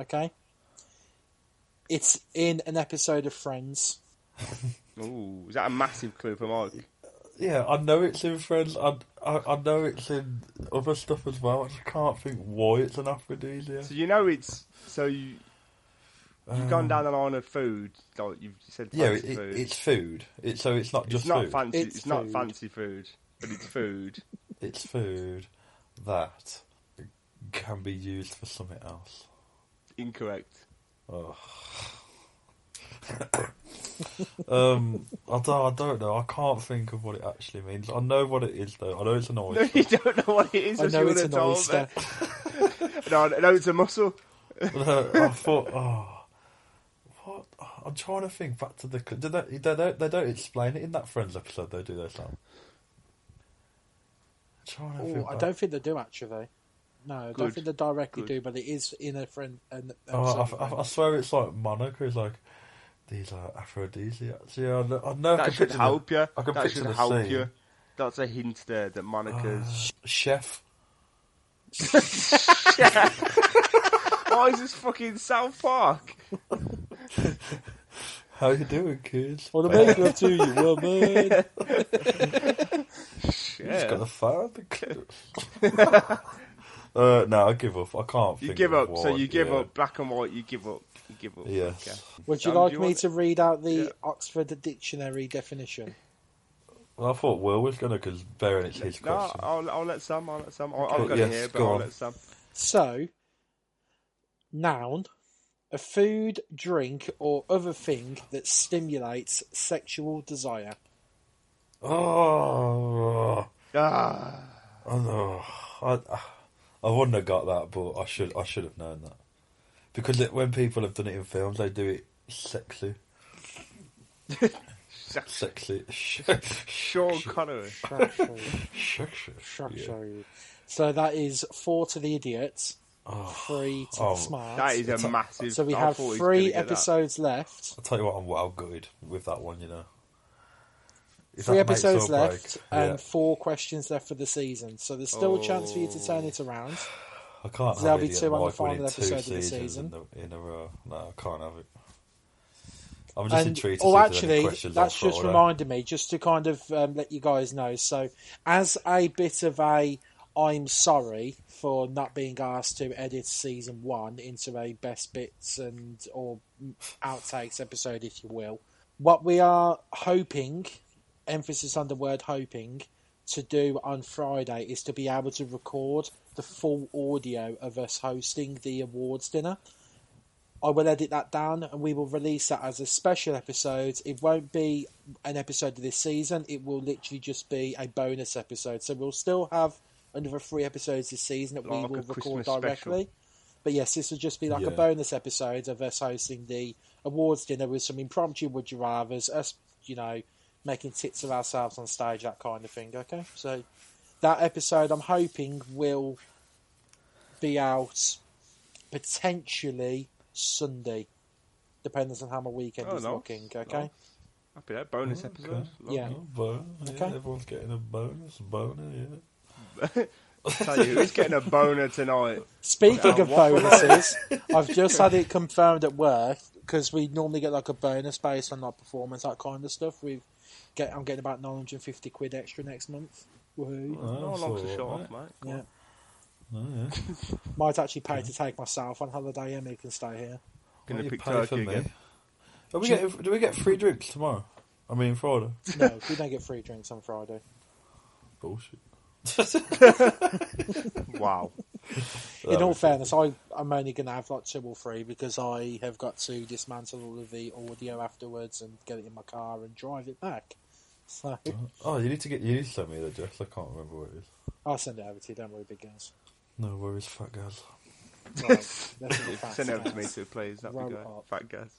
S1: Okay, it's in an episode of Friends.
S3: Ooh, is that a massive clue for Mike?
S2: Yeah, I know it's in Friends. I, I I know it's in other stuff as well. I just can't think why it's an aphrodisiac.
S3: So you know it's so you you've gone
S1: Um.
S3: down the line of food. Like you've said,
S2: Yeah, it,
S3: fancy
S2: it,
S3: food.
S2: it's food. It's so it's not
S3: It's
S2: just
S3: not
S2: food.
S3: fancy. It's,
S1: It's
S3: not
S1: food.
S3: fancy food, but it's food.
S2: It's food that can be used for something else.
S3: Incorrect.
S2: Ugh. um, I don't, I don't know. I can't think of what it actually means. I know what it is though. I know it's an
S3: No, *laughs*
S2: oyster.
S3: you don't know what it is.
S1: I
S3: as you
S1: know
S3: would
S1: it's
S3: have
S1: an
S3: told me.
S1: oyster.
S3: No, no, it's a mussel.
S2: uh, I thought, oh, what? I'm trying to think back to the. Do they, they don't. They don't explain it in that Friends episode. They do they, Sam? I'm trying to
S1: Oh,
S2: think
S1: I
S2: back.
S1: don't think they do actually. No, I
S3: Good.
S1: don't think they directly
S3: Good.
S1: do, but it is in a friend. An
S2: Oh,
S1: episode
S2: I, I, I swear it's like Monica is like these are aphrodisiacs. Yeah, I know. I, know I
S3: That
S2: can
S3: should
S2: picture
S3: help you.
S2: I can
S3: That
S2: picture
S3: should
S2: the
S3: help
S2: scene.
S3: you. That's a hint there that
S2: the
S3: Monica's.
S2: *sighs* chef.
S3: Why is this fucking South Park?
S2: How you doing, kids?
S1: Well, the make love to
S2: *laughs*
S1: you, woman.
S2: Just
S3: Yeah.
S2: gotta find
S3: *laughs*
S2: the clue. uh, no, I give up. I can't.
S3: You
S2: think
S3: give
S2: of
S3: up. So
S2: what,
S3: you give
S2: yeah.
S3: up. Black and white. You give up. You give up.
S2: Yes.
S1: Would you
S3: Sam, do
S1: like
S3: you
S1: me
S3: want-
S1: to read out the
S3: Yeah.
S1: Oxford Dictionary definition?
S2: Well, I thought Will was gonna because Baron it's his
S3: No,
S2: question.
S3: I'll, I'll let Sam. I'll let Sam. I'll, I've
S2: Okay,
S3: got
S2: yes,
S3: it here, but
S2: go
S3: I'll
S2: on.
S3: let Sam.
S1: So, noun, a food, drink, or other thing that stimulates sexual desire.
S2: Oh,
S3: Ah,
S2: I know. I, I wouldn't have got that, but I should. I should have known that because it, when people have done it in films, they do it
S3: *laughs*
S2: sexy,
S3: sex-
S2: sexy, *laughs* sh-
S3: Sean
S1: *laughs*
S3: Connery.
S1: Sexual-
S2: sexy. Yeah.
S1: sexual. So that is four to the idiots, three to
S2: oh,
S1: the smart.
S3: That is a massive.
S1: so we
S3: I
S1: have
S3: thought he was
S1: three
S3: gonna get that.
S1: episodes left.
S2: I'll tell you what, I'm well gutted with that one. You know, Is
S1: Three
S2: that makes or
S1: episodes
S2: break?
S1: left
S2: Yeah.
S1: and four questions left for the season. So there's still a chance for you to
S3: Oh.
S1: turn it around.
S2: I can't
S1: There'll
S2: have
S1: be
S2: idiot
S1: two on the
S2: Mike winning
S1: final
S2: two
S1: episode of the
S2: seasons
S1: season.
S2: In, the, in a row. No, I can't have it. I'm just intrigued. To
S1: oh,
S2: see if there's any
S1: actually,
S2: questions on
S1: that's just
S2: Friday.
S1: reminded me, just to kind of um, let you guys know. So, as a bit of a, I'm sorry for not being asked to edit season one into a best bits and or outtakes episode, if you will. What we are hoping, emphasis on the word hoping, to do on Friday is to be able to record the full audio of us hosting the awards dinner. I will edit that down and we will release that as a special episode. It won't be an episode of this season, it will literally just be a bonus episode. So we'll still have another three episodes this season that we
S3: Like a
S1: will record
S3: Christmas
S1: directly.
S3: special.
S1: But yes, this will just be like
S2: Yeah.
S1: a bonus episode of us hosting the awards dinner with some impromptu would you rather's, us, you know, making tits of ourselves on stage, that kind of thing, okay? So that episode, I'm hoping, will be out potentially Sunday, depends on how my weekend
S3: Oh,
S1: is
S3: nice.
S1: looking. Okay,
S3: Happy that bonus
S2: Okay.
S3: episode.
S1: Yeah.
S2: Oh, bon- yeah,
S1: Okay.
S2: Everyone's getting a bonus. Boner, yeah.
S3: Tell you
S2: *laughs*
S3: who's getting a boner tonight.
S1: speaking
S3: Yeah,
S1: of
S3: what-
S1: bonuses,
S3: *laughs*
S1: I've just had it confirmed at work because we normally get like a bonus based on like performance, that kind of stuff. We get, I'm getting about 950 quid extra next month. Woohoo!
S2: Oh,
S3: No one
S2: that's
S3: likes a
S2: all
S3: shot off,
S2: right.
S3: mate. Come
S1: Yeah,
S3: on. *laughs*
S2: Oh, yeah.
S1: might actually pay to take myself on holiday. Emily can stay
S3: *laughs*
S1: here.
S3: Gonna
S2: Well, you
S3: pick
S2: pay
S3: turkey
S2: for me.
S3: again.
S2: Are we getting, do we get free drinks tomorrow? I
S1: *laughs*
S2: mean, Friday.
S1: No, we don't get free drinks on Friday.
S2: Bullshit. *laughs*
S3: Wow.
S1: In
S2: That
S3: Um,
S1: all
S2: was-
S1: fairness, I, I'm only going to have like two or three because I have got to dismantle all of the audio afterwards and get it in my car and drive it back. So
S3: Uh-huh.
S2: Oh, you need to get you need to send me the address. I can't remember what it is.
S1: I'll send it over to you. Don't worry, big guys.
S2: No worries, fat guys.
S3: *laughs*
S1: Well, that's a fact,
S3: Send it over to me
S1: guys.
S3: too, please. That'd be
S1: Roll
S3: good.
S1: up.
S3: Fat guys.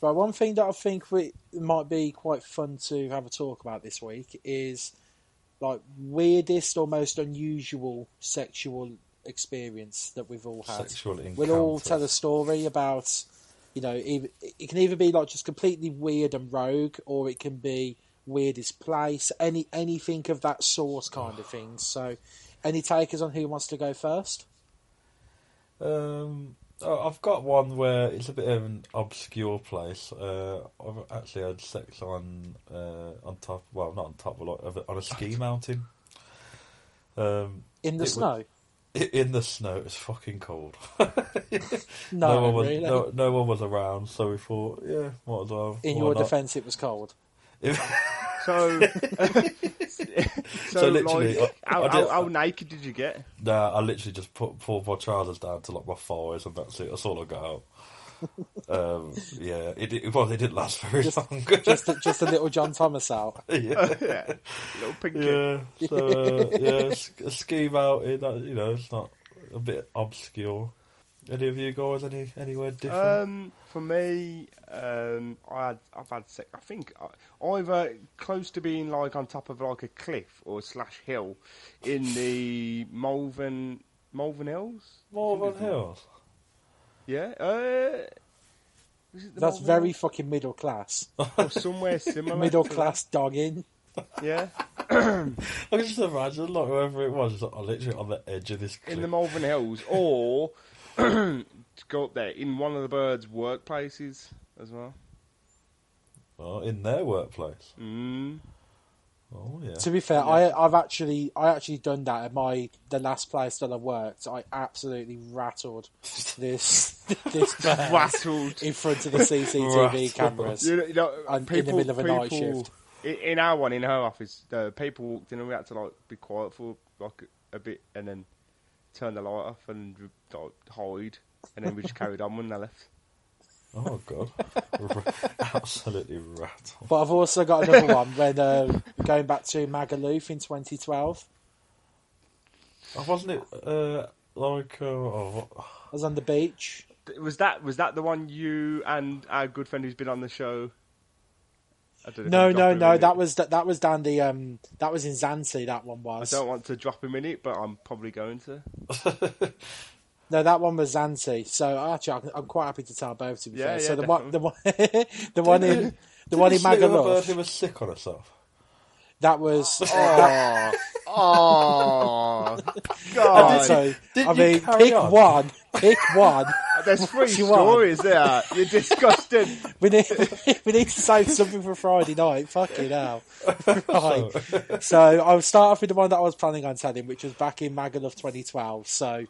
S1: Right, one thing that I think we might be quite fun to have a talk about this week is like weirdest or most unusual sexual experience that we've all had.
S2: Sexual
S1: we'll all
S2: encounters.
S1: tell a story about, you know, either, it can either be like just completely weird and rogue, or it can be weirdest place, any anything of that sort, kind of thing. So, any takers on who wants to go first?
S2: Um, oh, I've got one where it's a bit of an obscure place. Uh, I've actually had sex on uh, on top. Well, not on top, but like, of a- on a ski mountain. Um,
S1: In the
S2: It would-
S1: snow?
S2: i- in the snow, it's fucking cold.
S1: *laughs* No,
S2: one was
S1: really.
S2: no, no one was around, so we thought, yeah, might as well.
S1: In
S2: why
S1: your
S2: not?
S1: defence, it was cold.
S3: So, so,
S2: *laughs* So literally,
S3: like,
S1: *laughs*
S2: I-
S3: how,
S2: I
S3: how,
S2: did-
S3: how naked did you get?
S2: Nah, I literally just put pulled my trousers down to like my thighs, and that's it. That's all I
S1: *laughs*
S2: got out. um, yeah, it, it well, they didn't last very
S1: Just-
S2: long. *laughs*
S1: Just a, just a little John Thomas out.
S2: *laughs* yeah.
S3: yeah, little pinky.
S2: Yeah, so uh, yeah, s- a ski mountain. That, you know, it's not a bit obscure. Any of you guys any anywhere different?
S3: Um, for me, um, I had, I've had sex. I think I- either close to being like on top of like a cliff or slash hill in the Malvern Malvern Hills.
S2: More Malvern Hills.
S3: Yeah, uh, was it the
S1: That's
S3: Malvern
S1: very
S3: Hills?
S1: fucking middle class. *laughs*
S3: or somewhere similar.
S1: middle
S3: to that.
S1: class dogging.
S3: Yeah,
S2: I can just imagine like whoever it was, just, like, literally on the edge of this cliff.
S3: in the
S1: *laughs*
S3: Malvern Hills, or *clears throat* to go up there in one of the birds' workplaces as well.
S2: Oh, in their workplace.
S1: *laughs*
S3: Mm.
S2: Oh yeah.
S1: To be fair, I I've actually I actually done that at my the last place that I worked. I absolutely rattled
S3: *laughs*
S1: this this man
S3: Rattled.
S1: in front of the CCTV
S2: Rattled.
S1: cameras.
S3: You know, you know,
S1: And in the
S3: people,
S1: middle of a night
S3: people-
S1: shift.
S3: i- In our one, in her office, the people walked in and we had to like be quiet for like a bit, and then turn the light off and like, hide, and then we just carried on when they left.
S2: Oh god. *laughs* Absolutely rattled.
S1: But I've also got another one when um, going back to Magaluf in 2012.
S2: Oh, wasn't it uh, like uh, oh, what-
S1: I was on the beach.
S3: Th- Was that was that the one you and our good friend who's been on the show? I don't know
S1: No,
S3: if I'm
S1: no,
S3: dropping
S1: no.
S3: him in
S1: That
S3: it.
S1: was that, that was down the um that was in Zanzi. That one
S3: I
S1: was.
S3: don't want to drop him in it, but I'm probably going to.
S1: No, that one was Zanti. So actually, I'm, I'm quite happy to tell both. To be
S3: Yeah,
S1: fair,
S3: yeah,
S1: so the one, the one, *laughs* the one in the one in
S2: Didn't this little bird who
S1: Magaluf,
S2: was sick on herself.
S1: that was.
S3: Oh, oh,
S1: I did
S3: God!
S1: say-
S2: did
S1: I
S2: you
S1: mean,
S2: carry
S1: pick
S2: on?
S1: one, pick one.
S3: Uh, There's three
S1: you want?
S3: stories there. You're disgusted.
S1: *laughs* We need we need to save something for Friday night. Fucking hell!
S2: *laughs*
S1: Right. So I'll start off with the one that I was planning on telling, which was back in Magaluf 2012. So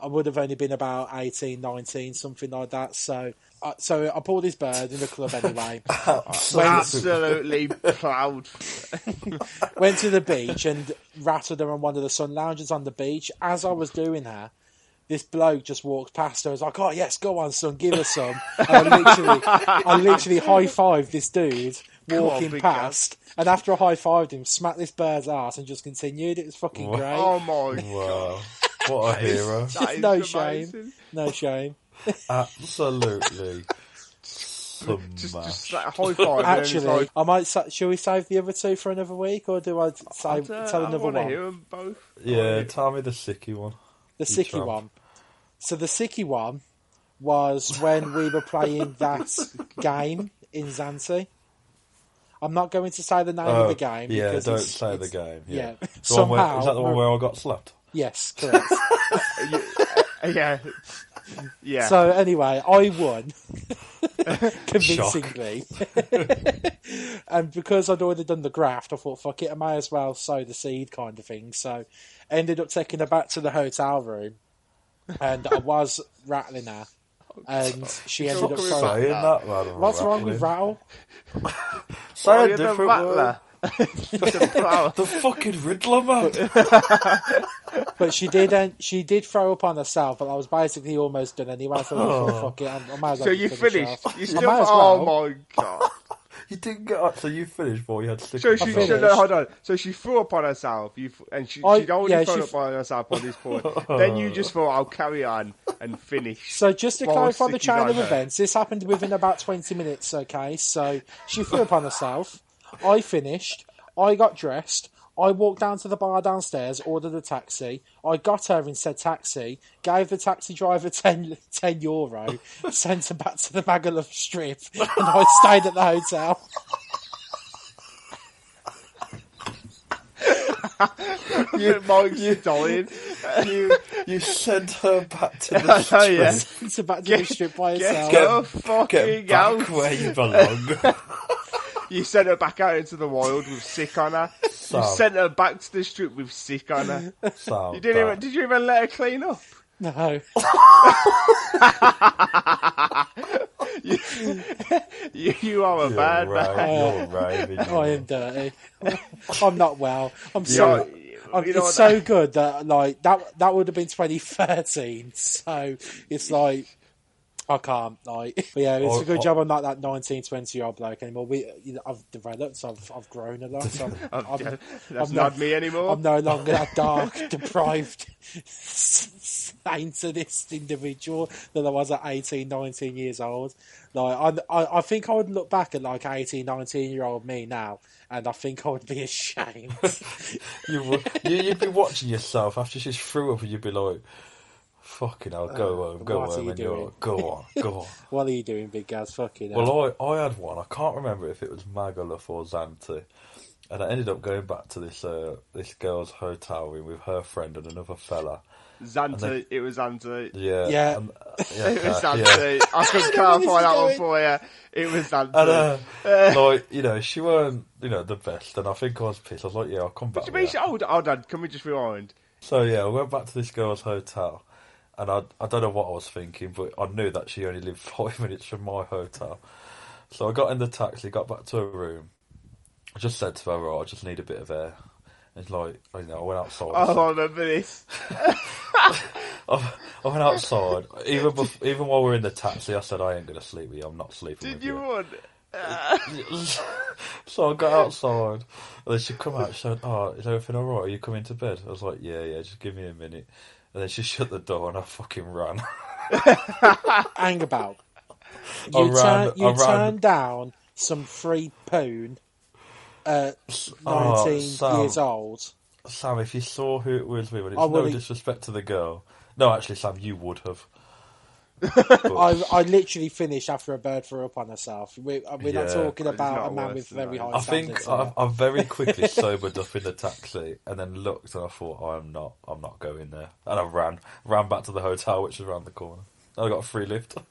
S1: I would have only been about 18, 19, something like that. So. Uh, so I pulled this bird in the club
S2: *laughs*
S1: anyway.
S3: Absolutely proud.
S1: went to the beach and rattled her on one of the sun lounges on the beach. As I was doing that, this bloke just walked past her. I was like, "Oh yes, go on, son, give us some." And I literally, I literally high fived this dude
S3: on,
S1: walking
S3: big
S1: past, and after I high fived him, smacked this bird's ass and just continued. It was fucking
S2: Wow.
S1: great.
S3: Oh my
S2: Wow. What a hero.
S1: *laughs*
S3: That is
S1: no
S3: amazing.
S1: shame, no shame.
S2: Absolutely.
S3: *laughs* Just,
S2: smashed.
S1: *laughs*
S3: just like high five.
S1: Actually, I might. sa- Shall we save the other two for another week, or do I
S3: I,
S1: save,
S3: don't-
S1: tell
S3: I
S1: another
S3: want to
S1: one?
S3: hear them both.
S2: Yeah, tell me the sicky one.
S1: The
S2: You
S1: sicky
S2: trump.
S1: one. So the sicky one was when we were playing
S2: *laughs*
S1: that game in Zanti. I'm not going to say the name of the game.
S2: Oh, Uh, yeah,
S1: because
S2: don't
S1: it's-
S2: say
S1: it's-
S2: the game. Yeah.
S1: yeah.
S2: The one where-
S1: Somehow-
S2: is that the one where I got slapped? *laughs*
S1: Yes, correct.
S3: Oh, uh, *laughs* Yeah, yeah.
S1: So anyway, I
S2: *laughs*
S1: won convincingly, *laughs* and because I'd already done the graft, I thought, "Fuck it, I may as well sow the seed," kind of thing. So, ended up taking her back to the hotel room, and I was rattling
S2: *laughs*
S1: her,
S2: Oh,
S1: and she ended up.
S3: Talking
S1: throwing-
S3: about
S2: Saying that, man.
S1: What's wrong with rattle?
S2: Say
S3: Oh,
S2: a
S3: you're the
S2: different word.
S3: rattler. The
S1: *laughs*
S3: flower.
S2: The fucking Riddler, man.
S1: But she did, and she did throw up on herself. But I was basically almost done anyway. So I thought, fuck it, I, I might as well.
S3: so you
S1: just finish
S3: finished.
S1: off."
S3: You
S1: I *laughs*
S3: still.
S1: might as well.
S3: Oh my god.
S2: You didn't get up, so you finished before you had six.
S3: So she,
S1: finished.
S3: so no, hold on. So she threw up on herself. You f- and she
S1: I-
S3: she'd only
S1: yeah,
S3: thrown
S1: she
S3: up on herself on this point.
S1: *laughs*
S3: then you just thought, I'll carry on and finish.
S1: So just to
S3: while
S1: clarify the
S3: Sicky's
S1: chain
S3: on
S1: of
S3: her.
S1: events, this happened within about 20 minutes, okay? So she threw upon herself. I finished. I got dressed. I walked down to the bar downstairs, ordered a taxi. I got her in said taxi, gave the taxi driver *laughs* 10, 10 euro, sent her back to the Magaluf Strip, and I stayed at the hotel.
S3: *laughs* You, Mike's *laughs* dying.
S2: you, you sent her back
S3: *laughs*
S2: to the
S3: Oh, yeah.
S2: strip.
S1: Sent her back to the strip by herself.
S3: Get the fuck
S2: Get
S3: out.
S2: back where
S3: *laughs*
S2: you belong.
S3: You sent her back out into the wild with sick on her.
S2: Sam,
S3: You sent her back to the strip with sick on her.
S2: Sam,
S3: You didn't even,
S2: that-
S3: did you even let her clean up? *laughs*
S1: No.
S3: You, you are a
S2: You're
S3: bad
S2: right, you're
S3: man.
S2: raving.
S1: *laughs* I am dirty. I'm not well. I'm
S3: So,
S1: sorry. Um,
S3: you know
S1: it's
S3: what-
S1: so good that like that that would have been 2013. So it's like I can't like. *laughs* But yeah, it's
S2: Or-
S1: a good
S2: or-
S1: job I'm not that 19, 20 year old bloke anymore. We you know, I've developed, so I've I've grown a lot. So I'm, I'm,
S3: That's
S1: I'm
S3: not
S1: no-
S3: me anymore.
S1: I'm no longer that dark, *laughs* deprived, satanist individual that I was at 18, 19 years old. Like, I, I, I think I would look back at like 18, 19 year old me now, and I think I would be *laughs*
S2: *laughs*
S1: ashamed.
S2: You, would- you, you'd be watching yourself after she's threw up, and you'd be like, "Fucking hell, go
S3: Uh,
S2: home, go
S1: what are
S2: home,"
S1: you
S2: and you're
S1: doing?
S2: like, "Go on, go
S3: *laughs*
S2: on."
S1: what are you doing, big guys? Fucking hell.
S2: Well, I, I had one. I can't remember if it was Magaluf or Zante, and I ended up going back to this uh, this girl's hotel room with her friend and another fella.
S3: Xanta, it was Xanta.
S2: Yeah,
S1: Yeah.
S2: and- uh,
S3: *laughs*
S2: yeah,
S3: It was
S2: yeah.
S3: Xanta. I could clarify that one for you. It was
S2: And,
S3: Xanta. *laughs*
S2: uh, like you know, she weren't you know the best, and I think I was pissed. I was like, "Yeah, I'll come back."
S3: Do you
S2: with
S3: mean
S2: her.
S3: she- Hold hold on, can we just rewind?
S2: So yeah, I went back to this girl's hotel, and I I don't know what I was thinking, but I knew that she only lived *laughs* five minutes from my hotel. So I got in the taxi, got back to her room. I just said to her, "Right, I just need a bit of air." And like, you know, I went outside.
S3: Oh, I remember this.
S2: I, I went outside. Even bef- even while we were in the taxi, I said, "I ain't gonna sleep with you. I'm not sleeping
S3: Did
S2: with
S3: you
S2: you."
S3: run?
S2: *laughs* so I got outside, and then she come out. She said, "Oh, is everything all right? Are you coming to bed?" I was like, "Yeah, yeah. Just give me a minute." And then she *laughs* shut the door, and I fucking ran. *laughs*
S1: Angerbout.
S2: I
S1: You, turn,
S2: ran- I
S1: you
S2: ran-
S1: turn down some free poon at 19
S2: Oh, Sam.
S1: years old.
S2: Sam, if you saw who it was with, and it's
S1: I
S2: no
S1: would've-
S2: disrespect to the girl. No, actually, Sam, you would have.
S1: *laughs* I, I literally finished after a bird threw up on herself. We're, we're not
S2: Yeah.
S1: talking
S3: It's
S1: about
S3: not
S1: a man
S3: worse
S1: with
S3: than
S1: very
S3: that.
S1: high
S2: I
S1: standards.
S2: think
S1: here.
S3: uh,
S2: I, I very
S1: *laughs*
S2: quickly sobered up in the taxi, and then looked, and I thought, "I'm not, I'm not going there." And I ran, ran back to the hotel, which was around the corner. And I got a free lift. *laughs*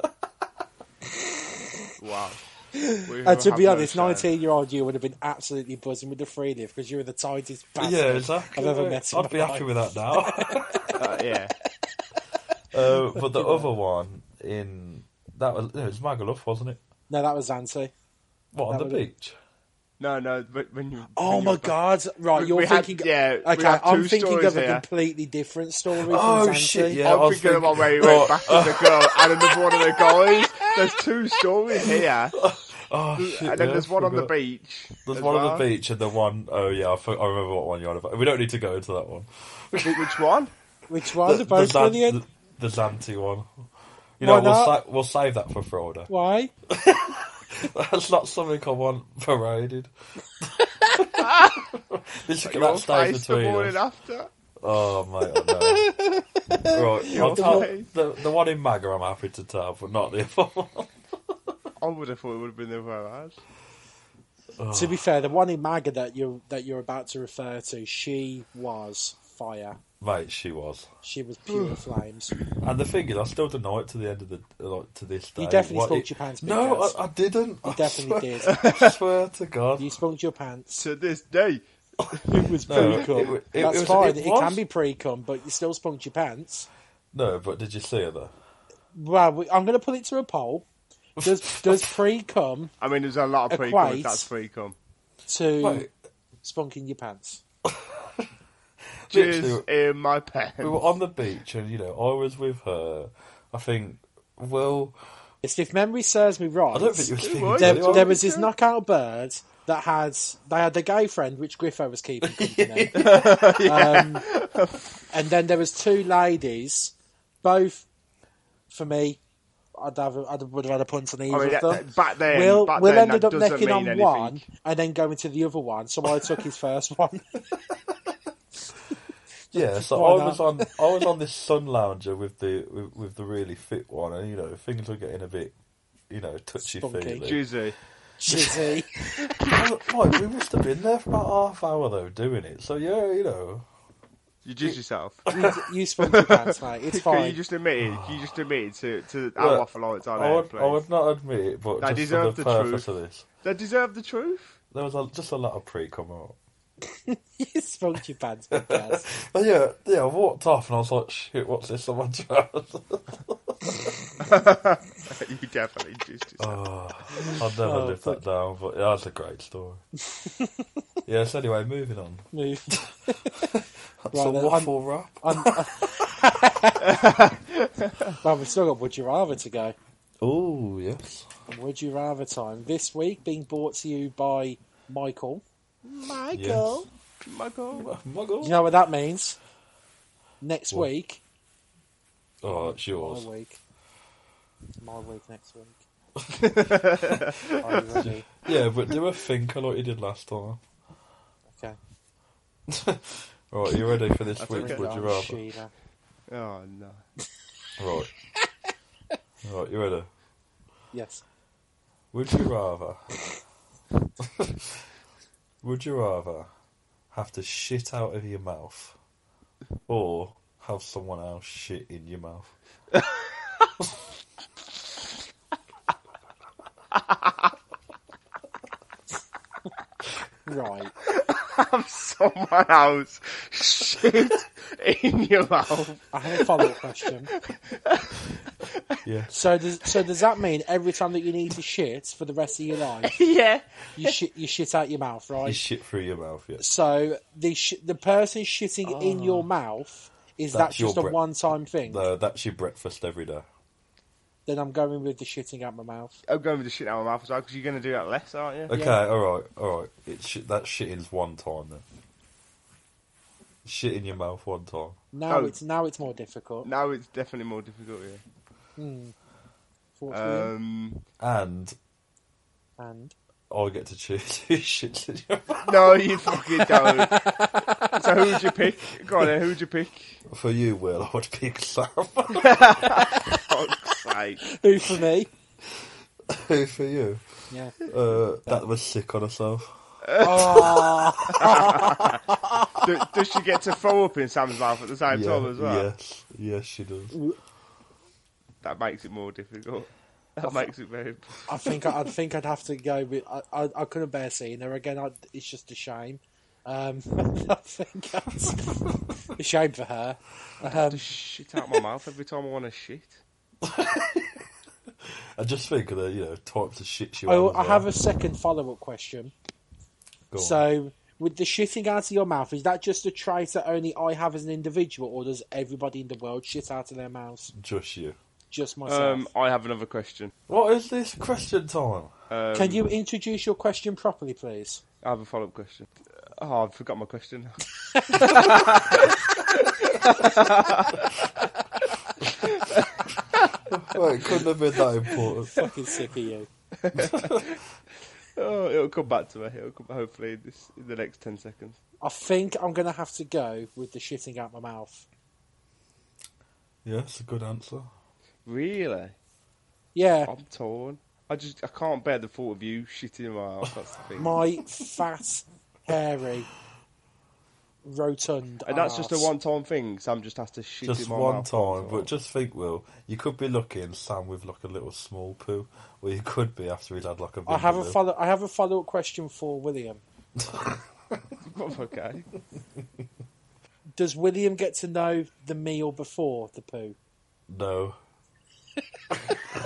S3: Wow.
S1: And Uh, to be honest, 19 year old you would have been absolutely buzzing with the free lift because you were the tightest bastard
S2: yeah, exactly.
S1: I've ever met. in
S2: I'd be
S1: my
S2: happy
S1: life.
S2: with that now.
S3: Uh, yeah.
S1: *laughs*
S2: Uh, but the other one in that was it was Magaluf, wasn't it?
S1: No, that was Zanti.
S2: What on
S1: That
S2: the
S1: was-
S2: beach?
S3: No, no, but when you.
S1: Oh
S3: when
S1: my
S3: you-
S1: god! Right,
S3: We-
S1: you're
S3: we had-
S1: thinking.
S3: yeah, we
S1: okay,
S3: had two
S1: I'm thinking
S3: stories
S1: of a
S3: here.
S1: completely different story. From
S2: Oh,
S1: Zanti.
S2: shit, yeah. I
S3: I'm
S2: was
S3: thinking about
S2: thinking-
S3: where he went back to the girl and another one of the guys. There's two stories here,
S2: Oh shit!
S3: and then
S2: yeah,
S3: there's one on the
S2: forgot.
S3: beach.
S2: There's
S3: as
S2: one
S3: well.
S2: on the beach and the one oh yeah, I, fo- I remember what one you're on about. We don't need to go into that one.
S3: Wh- Which one?
S1: Which one? The,
S2: the,
S1: both
S2: Zan-
S1: brilliant.
S2: the, the Zanti one.
S1: Why
S2: You know, we'll,
S1: not?
S2: sa- we'll save that for Frauder.
S1: Why?
S2: *laughs* That's not something I want
S3: *laughs*
S2: paraded. *laughs* This
S3: You
S2: that
S3: all
S2: stays
S3: face the
S2: between
S3: morning
S2: us.
S3: after.
S2: Oh mate, I
S3: *laughs*
S2: know. right, I'll
S3: Your
S2: tell-
S3: face.
S2: the the one in Maga I'm happy to tell, but not the other one. *laughs*
S3: I would have thought it would have been the other one. Oh.
S1: To be fair, the one in MAGA that you that you're about to refer to, she was fire.
S2: Mate, she was.
S1: She was *sighs* pure flames.
S2: And the thing is, I still deny it to the end of the like to this day.
S1: You definitely
S2: What
S1: spoke
S2: it-
S1: your pants, big
S2: No,
S1: guys.
S2: I, I didn't. I
S1: You definitely did.
S2: swear, *laughs* I swear to God.
S1: You spunked your pants.
S3: To this day,
S1: It was
S2: No,
S1: pre
S2: it wa-
S1: cum.
S2: it- it
S1: That's
S2: was-
S1: fine.
S2: it
S1: It,
S2: was-
S1: can be pre cum, but you still spunked your pants.
S2: No, but did you see her though?
S1: Well, we, I'm going to put it to a poll.
S2: *laughs*
S1: Does does pre cum
S3: I mean, there's a lot of pre
S1: Equate.
S3: cum. That's pre cum.
S1: to
S2: Wait.
S1: spunking your pants?
S3: Jizz
S2: Literally.
S3: in my pants.
S2: We were on the beach, and you know, I was with her. I think Will.
S1: If memory serves me right,
S2: I don't think you were speaking
S3: was.
S2: to
S1: there,
S3: Really?
S1: there was
S3: Oh,
S1: this
S3: okay.
S1: knockout bird that had they had the gay friend which Griffo was
S2: *laughs*
S1: keeping company, um, and then there was two ladies, both for me. I'd have, I would have had a punt on either
S3: I mean,
S1: of
S3: that,
S1: them.
S3: that- back then,
S1: Will
S3: back
S1: Will
S3: then,
S1: ended
S3: that
S1: up
S3: doesn't
S1: necking on
S3: mean anything.
S1: one and then going to the other one, so I took his first one. *laughs*
S2: Yeah, so
S1: Why
S2: I
S1: not?
S2: was on I was on this sun lounger with the with, with the really fit one, and you know things were getting a bit, you know, touchy
S1: Spunky.
S2: feely.
S3: Juicy.
S1: Jizzy.
S3: *laughs*
S2: Like we must have been there for about half hour though doing it. So yeah, you know,
S3: You juice yourself.
S1: you, you spunk your pants, mate. It's
S3: Can you
S1: fine.
S3: just admit it? Can you just admit to to
S2: Look,
S3: our waffle lights on
S2: I
S3: there,
S2: would, I
S3: please?
S2: would not admit it, but
S3: They
S2: just for
S3: deserve
S2: the,
S3: the
S2: purpose
S3: truth.
S2: of this,
S3: They deserve the truth. *laughs*
S2: there was a, just a lot of pre come out.
S1: *laughs* You spunk your pants, big Gaz.
S2: But yeah, yeah, I walked off and I was like, shit, what's this on my *laughs* trousers?
S3: you definitely juiced yourself.
S2: Oh, I'd never
S1: Oh,
S2: live that down, but yeah, that's a great story. *laughs* yes, anyway, moving on.
S1: Move.
S2: That's
S1: Right
S2: a
S1: then,
S2: waffle wrap.
S3: *laughs*
S1: *laughs* Well, we've still got Would You Rather to go.
S2: Oh, yes.
S1: Would You Rather time. This week being brought to you by Michael.
S2: Michael.
S3: My God.
S1: You
S2: Muggle.
S1: know what that means? Next
S2: What?
S1: week.
S2: Oh, it's yours.
S1: My week. My week next week.
S3: *laughs*
S1: Are you ready?
S2: Yeah, but do a thinker like you did last time.
S1: Okay.
S2: Right, are you ready for
S1: *laughs*
S2: this
S3: That's
S2: week's
S3: okay.
S2: Would You
S1: Oh,
S2: Rather?
S1: Sheena.
S3: Oh no. *laughs*
S1: *laughs*
S2: Right. right, you ready?
S1: Yes.
S2: Would you rather? *laughs* would you rather have to shit out of your mouth or have someone else shit in your mouth?
S1: Right.
S3: Have someone else shit *laughs* in your
S2: *laughs*
S3: mouth.
S1: Oh, I have a follow up question.
S2: Yeah.
S1: So does so does that mean every time that you need to shit for the rest of your life,
S3: Yeah. *laughs*
S1: you shit you shit out your mouth,
S2: You
S1: right?
S2: shit through your mouth, yes.
S1: So the sh- the person shitting in your
S3: Ah.
S1: mouth is that
S2: That's your
S1: just a
S2: breath.
S1: one time thing?
S2: No, that's your breakfast every day.
S1: Then I'm going with the shitting out my mouth.
S3: I'm going with the shit out of my mouth as well because you're going to do that less, aren't you?
S2: Okay,
S1: Yeah.
S2: alright, alright. It's sh- that shitting's one time then. Shit in your mouth one time.
S1: Now
S3: Oh.
S1: it's now it's more difficult.
S3: Now it's definitely more difficult. Yeah.
S1: Fortunately.
S3: Um.
S2: And
S1: and
S2: I get to *laughs* choose who shits in your mouth.
S3: No, you fucking don't.
S2: *laughs*
S3: so who'd you pick? Go on, then, who'd you pick?
S2: For you, Will, I would *laughs* pick Sam.
S3: Fuck's sake.
S1: who for me?
S2: Who for you?
S1: Yeah.
S2: Uh, that was sick on herself.
S1: Oh,
S3: Do, does she get to throw up in Sam's mouth at the same time as well?
S2: Yes, yes, she does.
S3: That makes it
S2: *laughs*
S3: more difficult. That makes it very. *laughs*
S1: I think I, I think I'd have to go with I, I, I couldn't bear seeing her again. I, it's just a shame. Um, *laughs* I think that's a shame for her. Um,
S3: shit out my mouth every time I want to shit.
S2: I just think of the you know types of shit she.
S1: I,
S2: wears
S1: I
S2: as
S1: have
S2: well.
S1: a second follow up question.
S2: Go on.
S1: So, with the shitting out of your mouth, is that just a trait that only I have as an individual, or does everybody in the world shit out of their mouths?
S2: just you.
S1: Just myself.
S3: Um, I have another question.
S2: What is this question time?
S3: Um,
S1: Can you introduce your question properly, please?
S3: I have a follow up question. Oh, I've forgot my question.
S2: Well, it couldn't have been that important. *laughs*
S1: Fucking sick of you.
S3: *laughs* oh, it'll come back to me. It'll come hopefully in, this, in the next ten seconds.
S1: I think I'm going to have to go with the shitting out my mouth.
S2: yeah, it's a good answer.
S3: Really?
S1: Yeah,
S3: I'm torn. I just I can't bear the thought of you shitting in my mouth. That's the
S2: *laughs*
S3: thing.
S1: my fat, hairy, rotund.
S3: and that's just a
S1: arse.
S3: one time thing. Sam just has to shit
S2: Just
S3: in my
S2: one
S3: mouth.
S2: time, but just think, Will, you could be lucky and Sam with like a little small poo, or you could be after he's had like a.
S1: I have a
S2: vindaloo.
S1: follow. I have a follow up question for William.
S3: *laughs* okay.
S1: Does William get to know the meal before the poo?
S2: No,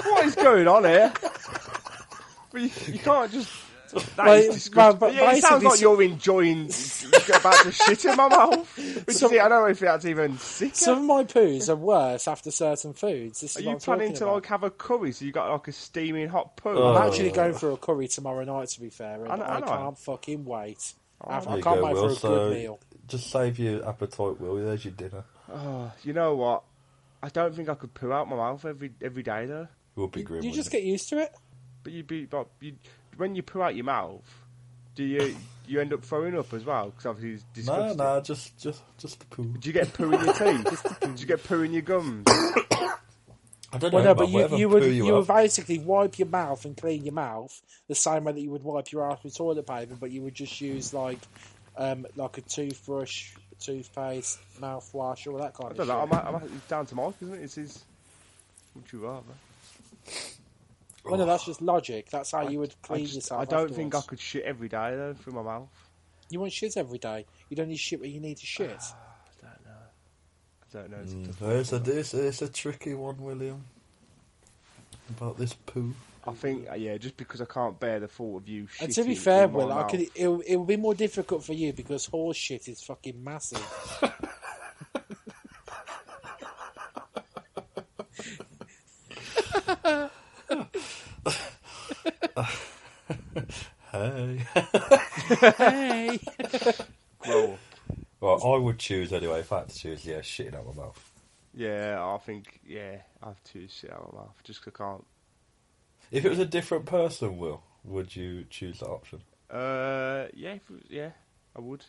S3: What is going
S1: *laughs*
S3: on here? But you, you can't just. That
S1: Well,
S3: is
S1: well,
S3: disgusting.
S1: but
S3: yeah, it sounds
S1: basically- *laughs*
S3: like you're enjoying about to shit in my mouth. Which
S1: Some-
S3: I don't know if that's even sicker.
S1: Some of my poos are worse after certain foods. This is
S3: Are
S1: what
S3: you
S1: I'm
S3: planning
S1: talking
S3: to
S1: about.
S3: like have a curry? So you got like a steaming hot poo?
S2: Oh.
S1: I'm actually going for a curry tomorrow night. To be fair, and
S3: I know-
S1: I,
S3: I know. Oh,
S1: can't fucking wait. I, I
S2: There you
S1: can't
S2: go,
S1: wait
S2: Will.
S1: for a
S2: So
S1: good meal.
S2: just save your appetite, Will. There's your dinner.
S3: Oh, you know what? I don't think I could poo out my mouth every every day though.
S2: It would be grim.
S1: You
S2: wouldn't
S1: just
S2: it?
S1: get used to it.
S3: But you'd be but you when you poo out your mouth, do you you end up throwing up as well? Because obviously it's
S2: no,
S3: disgusting.
S2: no, just just just the poo.
S3: Do you get poo
S2: *laughs*
S3: in your teeth? do you get poo in your gums?
S2: I don't
S1: Well,
S2: know,
S1: no,
S2: man,
S1: but you,
S2: whatever
S1: you
S2: poo
S1: would you,
S2: you
S1: would
S2: have.
S1: basically wipe your mouth and clean your mouth the same way that you would wipe your ass with toilet paper, but you would just use like um, like a toothbrush, toothpaste, mouthwash, all that kind
S3: I
S1: of
S3: don't know. I
S1: shit.
S3: might, I might, it's down to Mike, isn't it? It's his. Would you rather?
S1: Well, no, that's just logic. That's how you would
S3: I,
S1: clean
S3: just-
S1: yourself.
S3: I don't think I
S1: afterwards.
S3: could shit every day though through my mouth.
S1: You want shit every day. You don't need shit where you need to shit.
S3: I don't know. I don't know. It's a
S2: Mm,
S3: tough
S2: There's a
S3: one.
S2: this it's a tricky one, William. About this poo.
S3: I think uh, yeah, just because I can't bear the thought of you.
S1: And to be
S3: shitting
S1: fair,
S3: in my
S1: Will, I
S3: mouth.
S1: could, e- it, it would be more difficult for you because horse shit is fucking massive.
S2: Hey.
S1: hey! *laughs*
S3: Grow up.
S2: Well, I would choose anyway. If I had to choose, yeah, shitting out my mouth.
S3: Yeah, I think yeah, I have to shit out my mouth just 'cause I can't.
S2: If it was a different person, Will, would you choose that option?
S3: Uh, yeah, if it was- yeah, I would.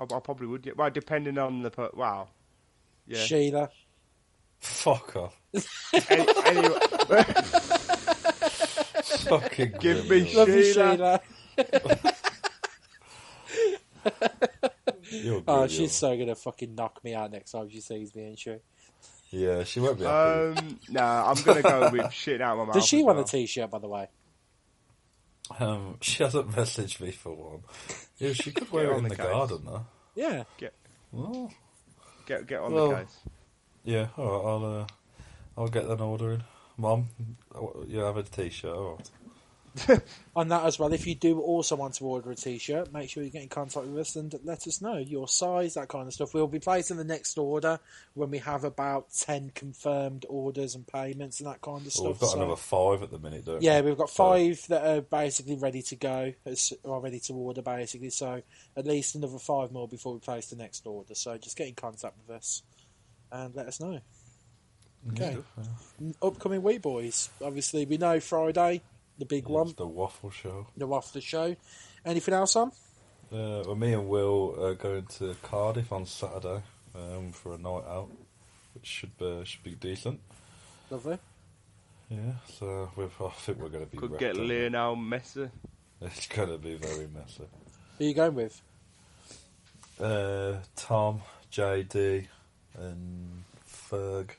S3: I, I probably would. Yeah, well, depending on the per- wow. *laughs* Yeah.
S1: Sheila.
S2: Fuck off.
S3: Any, anyway,
S2: Fucking
S3: Give
S2: grim,
S3: me
S2: Will.
S1: Love you,
S3: Sheila.
S1: Sheila.
S2: You're
S1: Oh,
S2: grim, Will.
S1: she's so gonna fucking knock me out next time she sees me, isn't she?
S2: Yeah, she won't be happy.
S3: um, nah, I'm gonna go with shit out my mouth.
S1: Does she
S3: as
S1: want
S3: well.
S1: a t-shirt, by the way?
S2: Um, she hasn't messaged me for one. Yeah, she could wear it
S3: Get on
S2: in
S3: the
S2: the
S3: case.
S2: garden, though.
S1: Yeah.
S3: Get
S2: Well,
S3: get get on
S2: Well,
S3: the case.
S2: yeah, alright, I'll, uh, I'll get that order in. Mum, oh, you have a t-shirt, oh. alright.
S1: On that as well, if you do also want to order a t-shirt, make sure you get in contact with us and let us know your size, that kind of stuff. We'll be placing the next order when we have about ten confirmed orders and payments and that kind of
S2: Well,
S1: stuff.
S2: we've got
S1: so-
S2: another five at the minute, don't
S1: Yeah,
S2: we?
S1: we've got
S2: So-
S1: five that are basically ready to go, as- or ready to order, basically. So at least another five more before we place the next order. So just get in contact with us and let us know. Okay. N- Upcoming week, boys. Obviously, we know Friday, the big
S2: It's
S1: one,
S2: the waffle show.
S1: the waffle show. Anything else on?
S2: Uh, well, me and Will are going to Cardiff on Saturday um, for a night out, which should be, should be decent.
S1: Lovely.
S2: Yeah, so we've, I think we're *laughs* going to be.
S3: Could
S2: wrecked,
S3: get
S2: aren't we?
S3: Lionel Messi.
S2: It's going to be very messy.
S1: Who you going with?
S2: Uh, Tom, JD, and Ferg.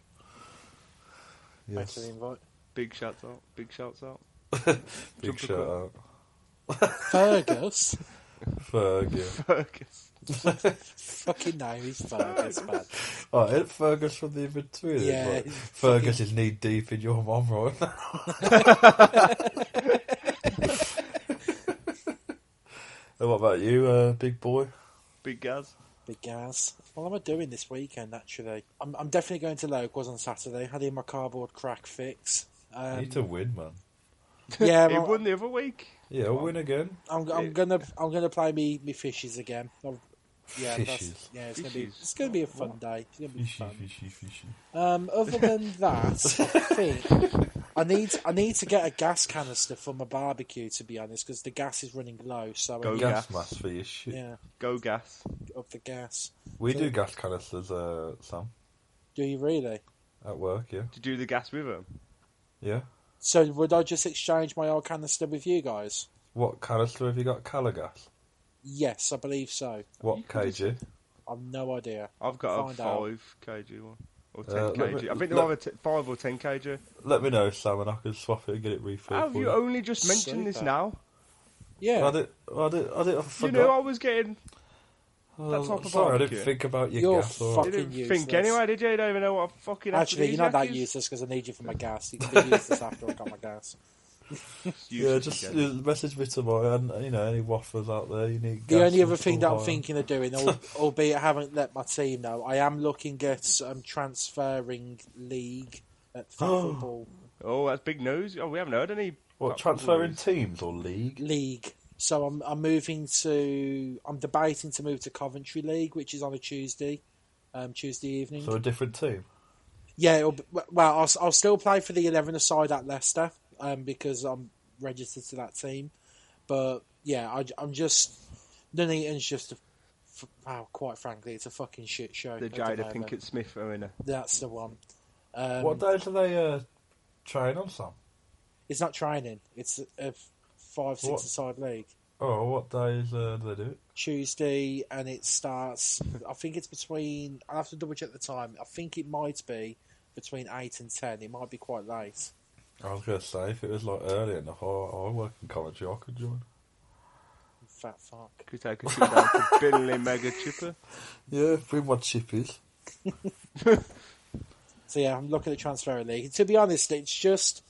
S1: Thanks
S2: Yes,
S1: for the invite.
S3: Big shouts out. Big shouts out. *laughs*
S2: big
S3: Jumper
S2: shout
S3: cut.
S2: out.
S1: Fergus? *laughs*
S2: Ferg, yeah.
S3: Fergus.
S1: Fucking name is Fergus, man.
S2: Oh, it Fergus from the Inventory.
S1: Yeah, he's
S2: Fergus is knee deep in your mum right *laughs* now. and what about you, uh, big boy?
S3: Big Gaz.
S1: Big gas. What am I doing this weekend? Actually, I'm, I'm definitely going to locals on Saturday. I need my cardboard crack fix.
S2: I
S1: Um,
S2: need to win, man.
S1: yeah,
S3: *laughs* He
S1: well,
S3: won the other week.
S2: Yeah, I'll win again.
S1: I'm, I'm gonna I'm gonna play me me fishes again. I've, yeah,
S2: Fishes.
S1: that's, yeah, it's gonna be
S3: Fishes.
S1: it's gonna be a fun day. It's gonna be
S2: Fishy,
S1: fun.
S2: fishy, fishy.
S1: Um, other than that, I think I need I need to get a gas canister for my barbecue to be honest because the gas is running low. So I
S3: Go
S1: need-
S2: Gas
S3: gas.
S2: mask for your shit.
S1: yeah,
S3: Go Gas.
S1: up the gas.
S2: We
S1: So-
S2: do gas canisters, uh, Sam,
S1: Do you really?
S2: at work, yeah.
S3: To do the gas with him.
S2: Yeah.
S1: So would I just exchange my old canister with you guys?
S2: What canister have you got? Calagas?
S1: Yes, I believe so.
S2: What
S3: You can just-
S2: kg?
S1: I've no idea.
S3: I've got a
S1: Find out.
S3: five kg one or ten
S2: Uh, let
S3: kg.
S2: me-
S3: I think they're
S2: let-
S3: either t- five or ten kg.
S2: Let me know, Sam, and I can swap it and get it refilled.
S3: How have
S2: for
S3: you only just mentioned this
S1: Super.
S3: now?
S1: Yeah,
S2: I did. I did. I did. I forgot.
S3: You know, I was getting.
S2: Oh,
S3: type of
S2: sorry, I
S3: barbecue.
S2: didn't think about your
S1: You're
S2: gas. all
S1: fucked.
S3: You
S2: right.
S1: Fucking
S3: didn't
S1: useless.
S3: think anyway, did you? You don't even know what a fucking
S1: Actually, you're not
S3: aphrodisiac
S1: that
S3: is.
S1: useless because I need you for my gas. You can be useless after I got my gas.
S3: *laughs*
S2: yeah, just uh, message me tomorrow, and you know any wafflers out there you need.
S1: The
S2: gas
S1: only
S2: and
S1: other thing
S2: stuff
S1: that I'm
S2: like
S1: thinking of doing,
S2: *laughs*
S1: al- albeit I haven't let my team know, I am looking at um, transferring league
S2: *gasps*
S1: at football
S3: Oh, that's big news. Oh, we haven't heard any.
S2: What transferring teams or league?
S1: league. So I'm I'm moving to I'm debating to move to Coventry League, which is on a Tuesday, um, Tuesday evening.
S2: So a different team.
S1: Yeah, it'll be, well, I'll, I'll still play for the 11 aside at Leicester um, because I'm registered to that team. But yeah, I, am just Nuneaton's just a, f- wow, quite frankly, it's a fucking shit show.
S3: The
S1: at the
S3: Jada
S1: moment.
S3: Pinkett Smith Arena.
S1: That's the one. Um,
S2: what days are they uh, train on, Sam?
S1: It's not training. It's a, a five six
S2: What?
S1: aside league.
S2: Oh, what days uh, do they do it?
S1: Tuesday, and it starts. I think it's between. I'll have to double check the time. I think it might be between eight and ten. It might be quite late.
S2: I was going to say if it was like early enough, I, I work in Coventry, I could join.
S1: Fat fuck.
S3: Could take a trip down to
S2: *laughs*
S3: Binley Mega Chipper.
S2: Yeah, bring my chippies.
S1: So yeah, I'm looking at transfer league. To be honest, it's just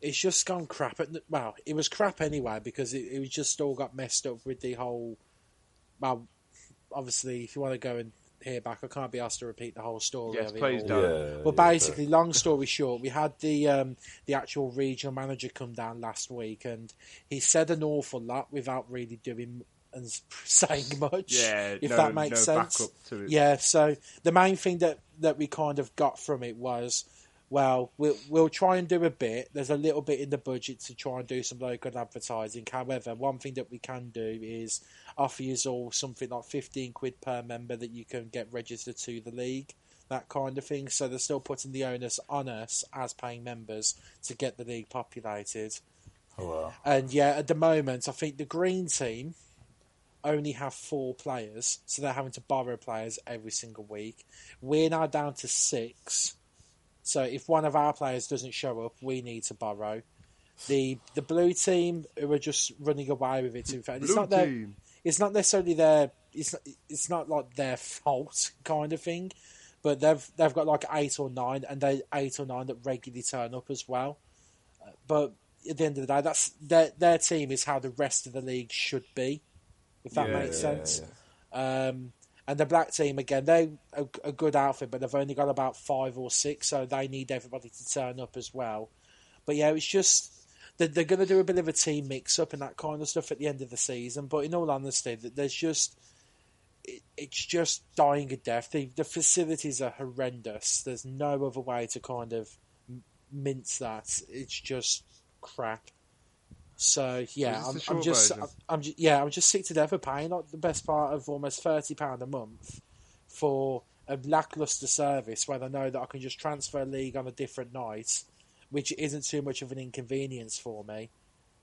S1: it's just gone crap. At, well, it was crap anyway because it, it was just all got messed up with the whole. Well, obviously, if you want to go and hear back, I can't be asked to repeat the whole story.
S3: Yes,
S1: of it
S3: please
S1: all.
S3: don't.
S2: Yeah.
S1: Well,
S2: yeah,
S1: basically, long story short, we had the um, the actual regional manager come down last week, and he said an awful lot without really doing and s- *laughs* saying much.
S3: Yeah,
S1: if
S3: no-
S1: that makes
S3: no
S1: sense.
S3: backup to it.
S1: Yeah. So the main thing that that we kind of got from it was. Well, we'll we'll try and do a bit. There's a little bit in the budget to try and do some local advertising. However, one thing that we can do is offer you all something like fifteen quid per member that you can get registered to the league that kind of thing. So they're still putting the onus on us as paying members to get the league populated.
S2: Oh, wow.
S1: And yeah, at the moment, I think the green team only have four players, so they're having to borrow players every single week. We're now down to six, so if one of our players doesn't show up, we need to borrow. The the blue team who are just running away with it. To be fair, And it's
S3: Blue
S1: not their,
S3: team.
S1: it's not necessarily their it's not, it's not like their fault kind of thing, but they've they've got like eight or nine, and they eight or nine that regularly turn up as well but at the end of the day, that's their their team is how the rest of the league should be, if that
S2: Yeah,
S1: makes
S2: yeah,
S1: sense.
S2: yeah.
S1: Um, and the black team again, they a, a good outfit, but they've only got about five or six, so they need everybody to turn up as well. But yeah, it's just they're, they're going to do a bit of a team mix up and that kind of stuff at the end of the season. But in all honesty, th- there's just it, it's just dying a death. The, the facilities are horrendous. There's no other way to kind of m- mince that. It's just crap. So
S3: Is
S1: yeah,
S3: this
S1: I'm, I'm
S3: the short
S1: just
S3: version?
S1: I'm, I'm ju- yeah I'm just sick to death of paying like the best part of almost thirty pound a month for a lackluster service when I know that I can just transfer league on a different night, which isn't too much of an inconvenience for me,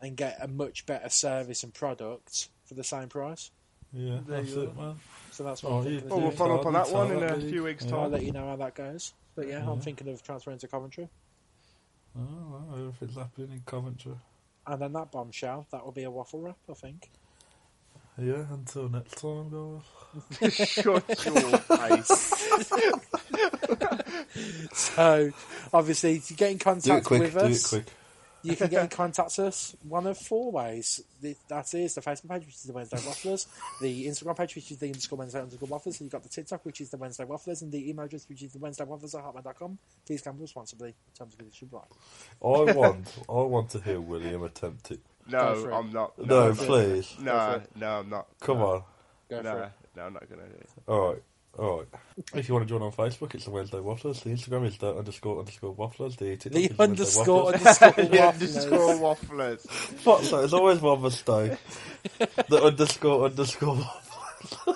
S1: and get a much better service and product for the same price.
S2: Yeah,
S3: There
S2: that's
S3: you
S2: it, man.
S1: So that's what
S2: Oh,
S1: I'm
S2: you-
S1: thinking of
S3: Well, we'll
S1: doing.
S3: follow up on that
S2: Yeah,
S3: one in a
S2: that'd be-
S3: few weeks'
S1: I'll
S3: time.
S1: let you know how that goes. But yeah, I'm
S2: Yeah.
S1: thinking of transferring to Coventry.
S2: Oh, well, everything's happening in Coventry.
S1: And then that bombshell, that will be a waffle wrap, I think. *laughs*
S2: Yeah, until next time, guys.
S3: *laughs* *laughs* Shut your face.
S1: So, obviously, to get in
S2: Do it
S1: contact
S2: quick,
S1: with
S2: do
S1: us,
S2: it quick.
S1: you can get in contact with us one of four ways. The- That is the Facebook page, which is the Wednesday Wafflers, the Instagram page, which is the underscore Wednesday underscore Wafflers, and you've got the TikTok, which is the Wednesday Wafflers, and the email address, which is the Wednesday Wafflers at hotmail.com. Please gamble responsibly. Terms and conditions apply.
S2: I want, I want to hear William attempt it.
S1: Go for
S3: No,
S1: it.
S3: I'm not.
S2: No,
S3: No,
S1: for it.
S2: please,
S1: Go
S3: no,
S1: for
S3: no, I'm not.
S2: come on.
S1: Go for
S3: No,
S1: it.
S3: no, I'm not going to do it.
S2: All right, all right. If you want to join on Facebook, it's the Wednesday Wafflers. The Instagram is the underscore underscore Wafflers. The, TikTok
S1: The
S2: is Wednesday
S3: *laughs*
S1: underscore
S2: Wafflers.
S1: underscore Wafflers.
S3: Yeah, *laughs* underscore wafflers.
S2: What's that? It's always one mistake.
S3: *laughs*
S2: the underscore underscore. Wafflers.
S3: I'm,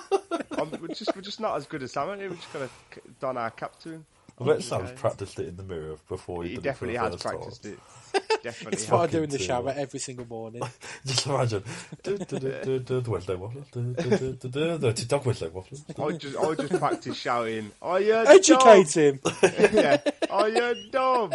S3: Um, we're just we're just not as good as Sam. aren't we? We're just gonna c- don our cap to him.
S2: I bet Sam's practiced it in the mirror before he,
S3: He
S2: did
S3: definitely
S2: it for the
S3: has
S2: first
S3: practiced
S2: time.
S3: it. Definitely
S1: It's what I
S3: has.
S2: fucking
S1: do in the
S2: too
S1: shower
S2: much.
S1: every single morning.
S2: *laughs* Just
S3: *laughs*
S2: imagine. Do, do, do, do, do, the Wednesday Wafflers. Do, do, do, do, do, the TikTok Wednesday Wafflers.
S3: I just I *laughs* just practice shouting. Are you
S1: Educate him.
S3: Dumb? Yeah. Are you dumb?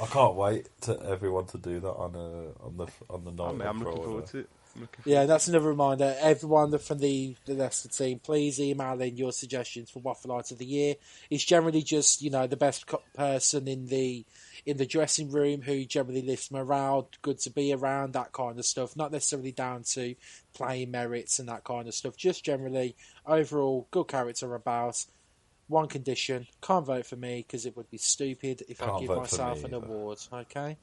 S2: I can't wait to everyone to do that on uh, on the on the night.
S3: I mean, I'm
S2: of
S3: looking
S2: Friday.
S3: forward to it. I'm looking
S1: Yeah, that's another reminder. Everyone from the, the Leicester team, please email in your suggestions for Waffle Art of the Year. It's generally just, you know, the best co- person in the in the dressing room who generally lifts morale, good to be around, that kind of stuff. Not necessarily down to playing merits and that kind of stuff. Just generally, overall, good character about. One condition, can't vote for me because it would be stupid if I
S2: Can't
S1: give
S2: vote for
S1: myself
S2: me
S1: an
S2: either.
S1: award. Okay.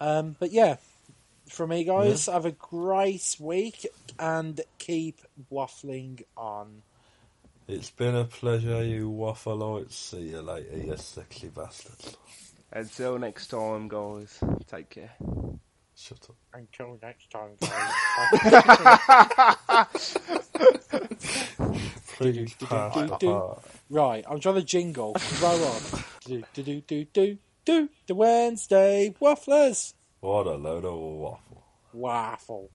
S1: Um, but yeah, for me, guys, have a great week and keep waffling on.
S2: It's been a pleasure, you waffleites. See you later, you sickly bastards.
S3: Until next time, guys. Take care.
S2: Shut up.
S1: Until next time,
S2: *laughs*
S1: guys.
S2: Please,
S1: do, do. right, I'm trying to jingle. Row on. Do, do, do, do, do, do. The Wednesday Wafflers.
S2: What a load of waffle.
S1: Waffle.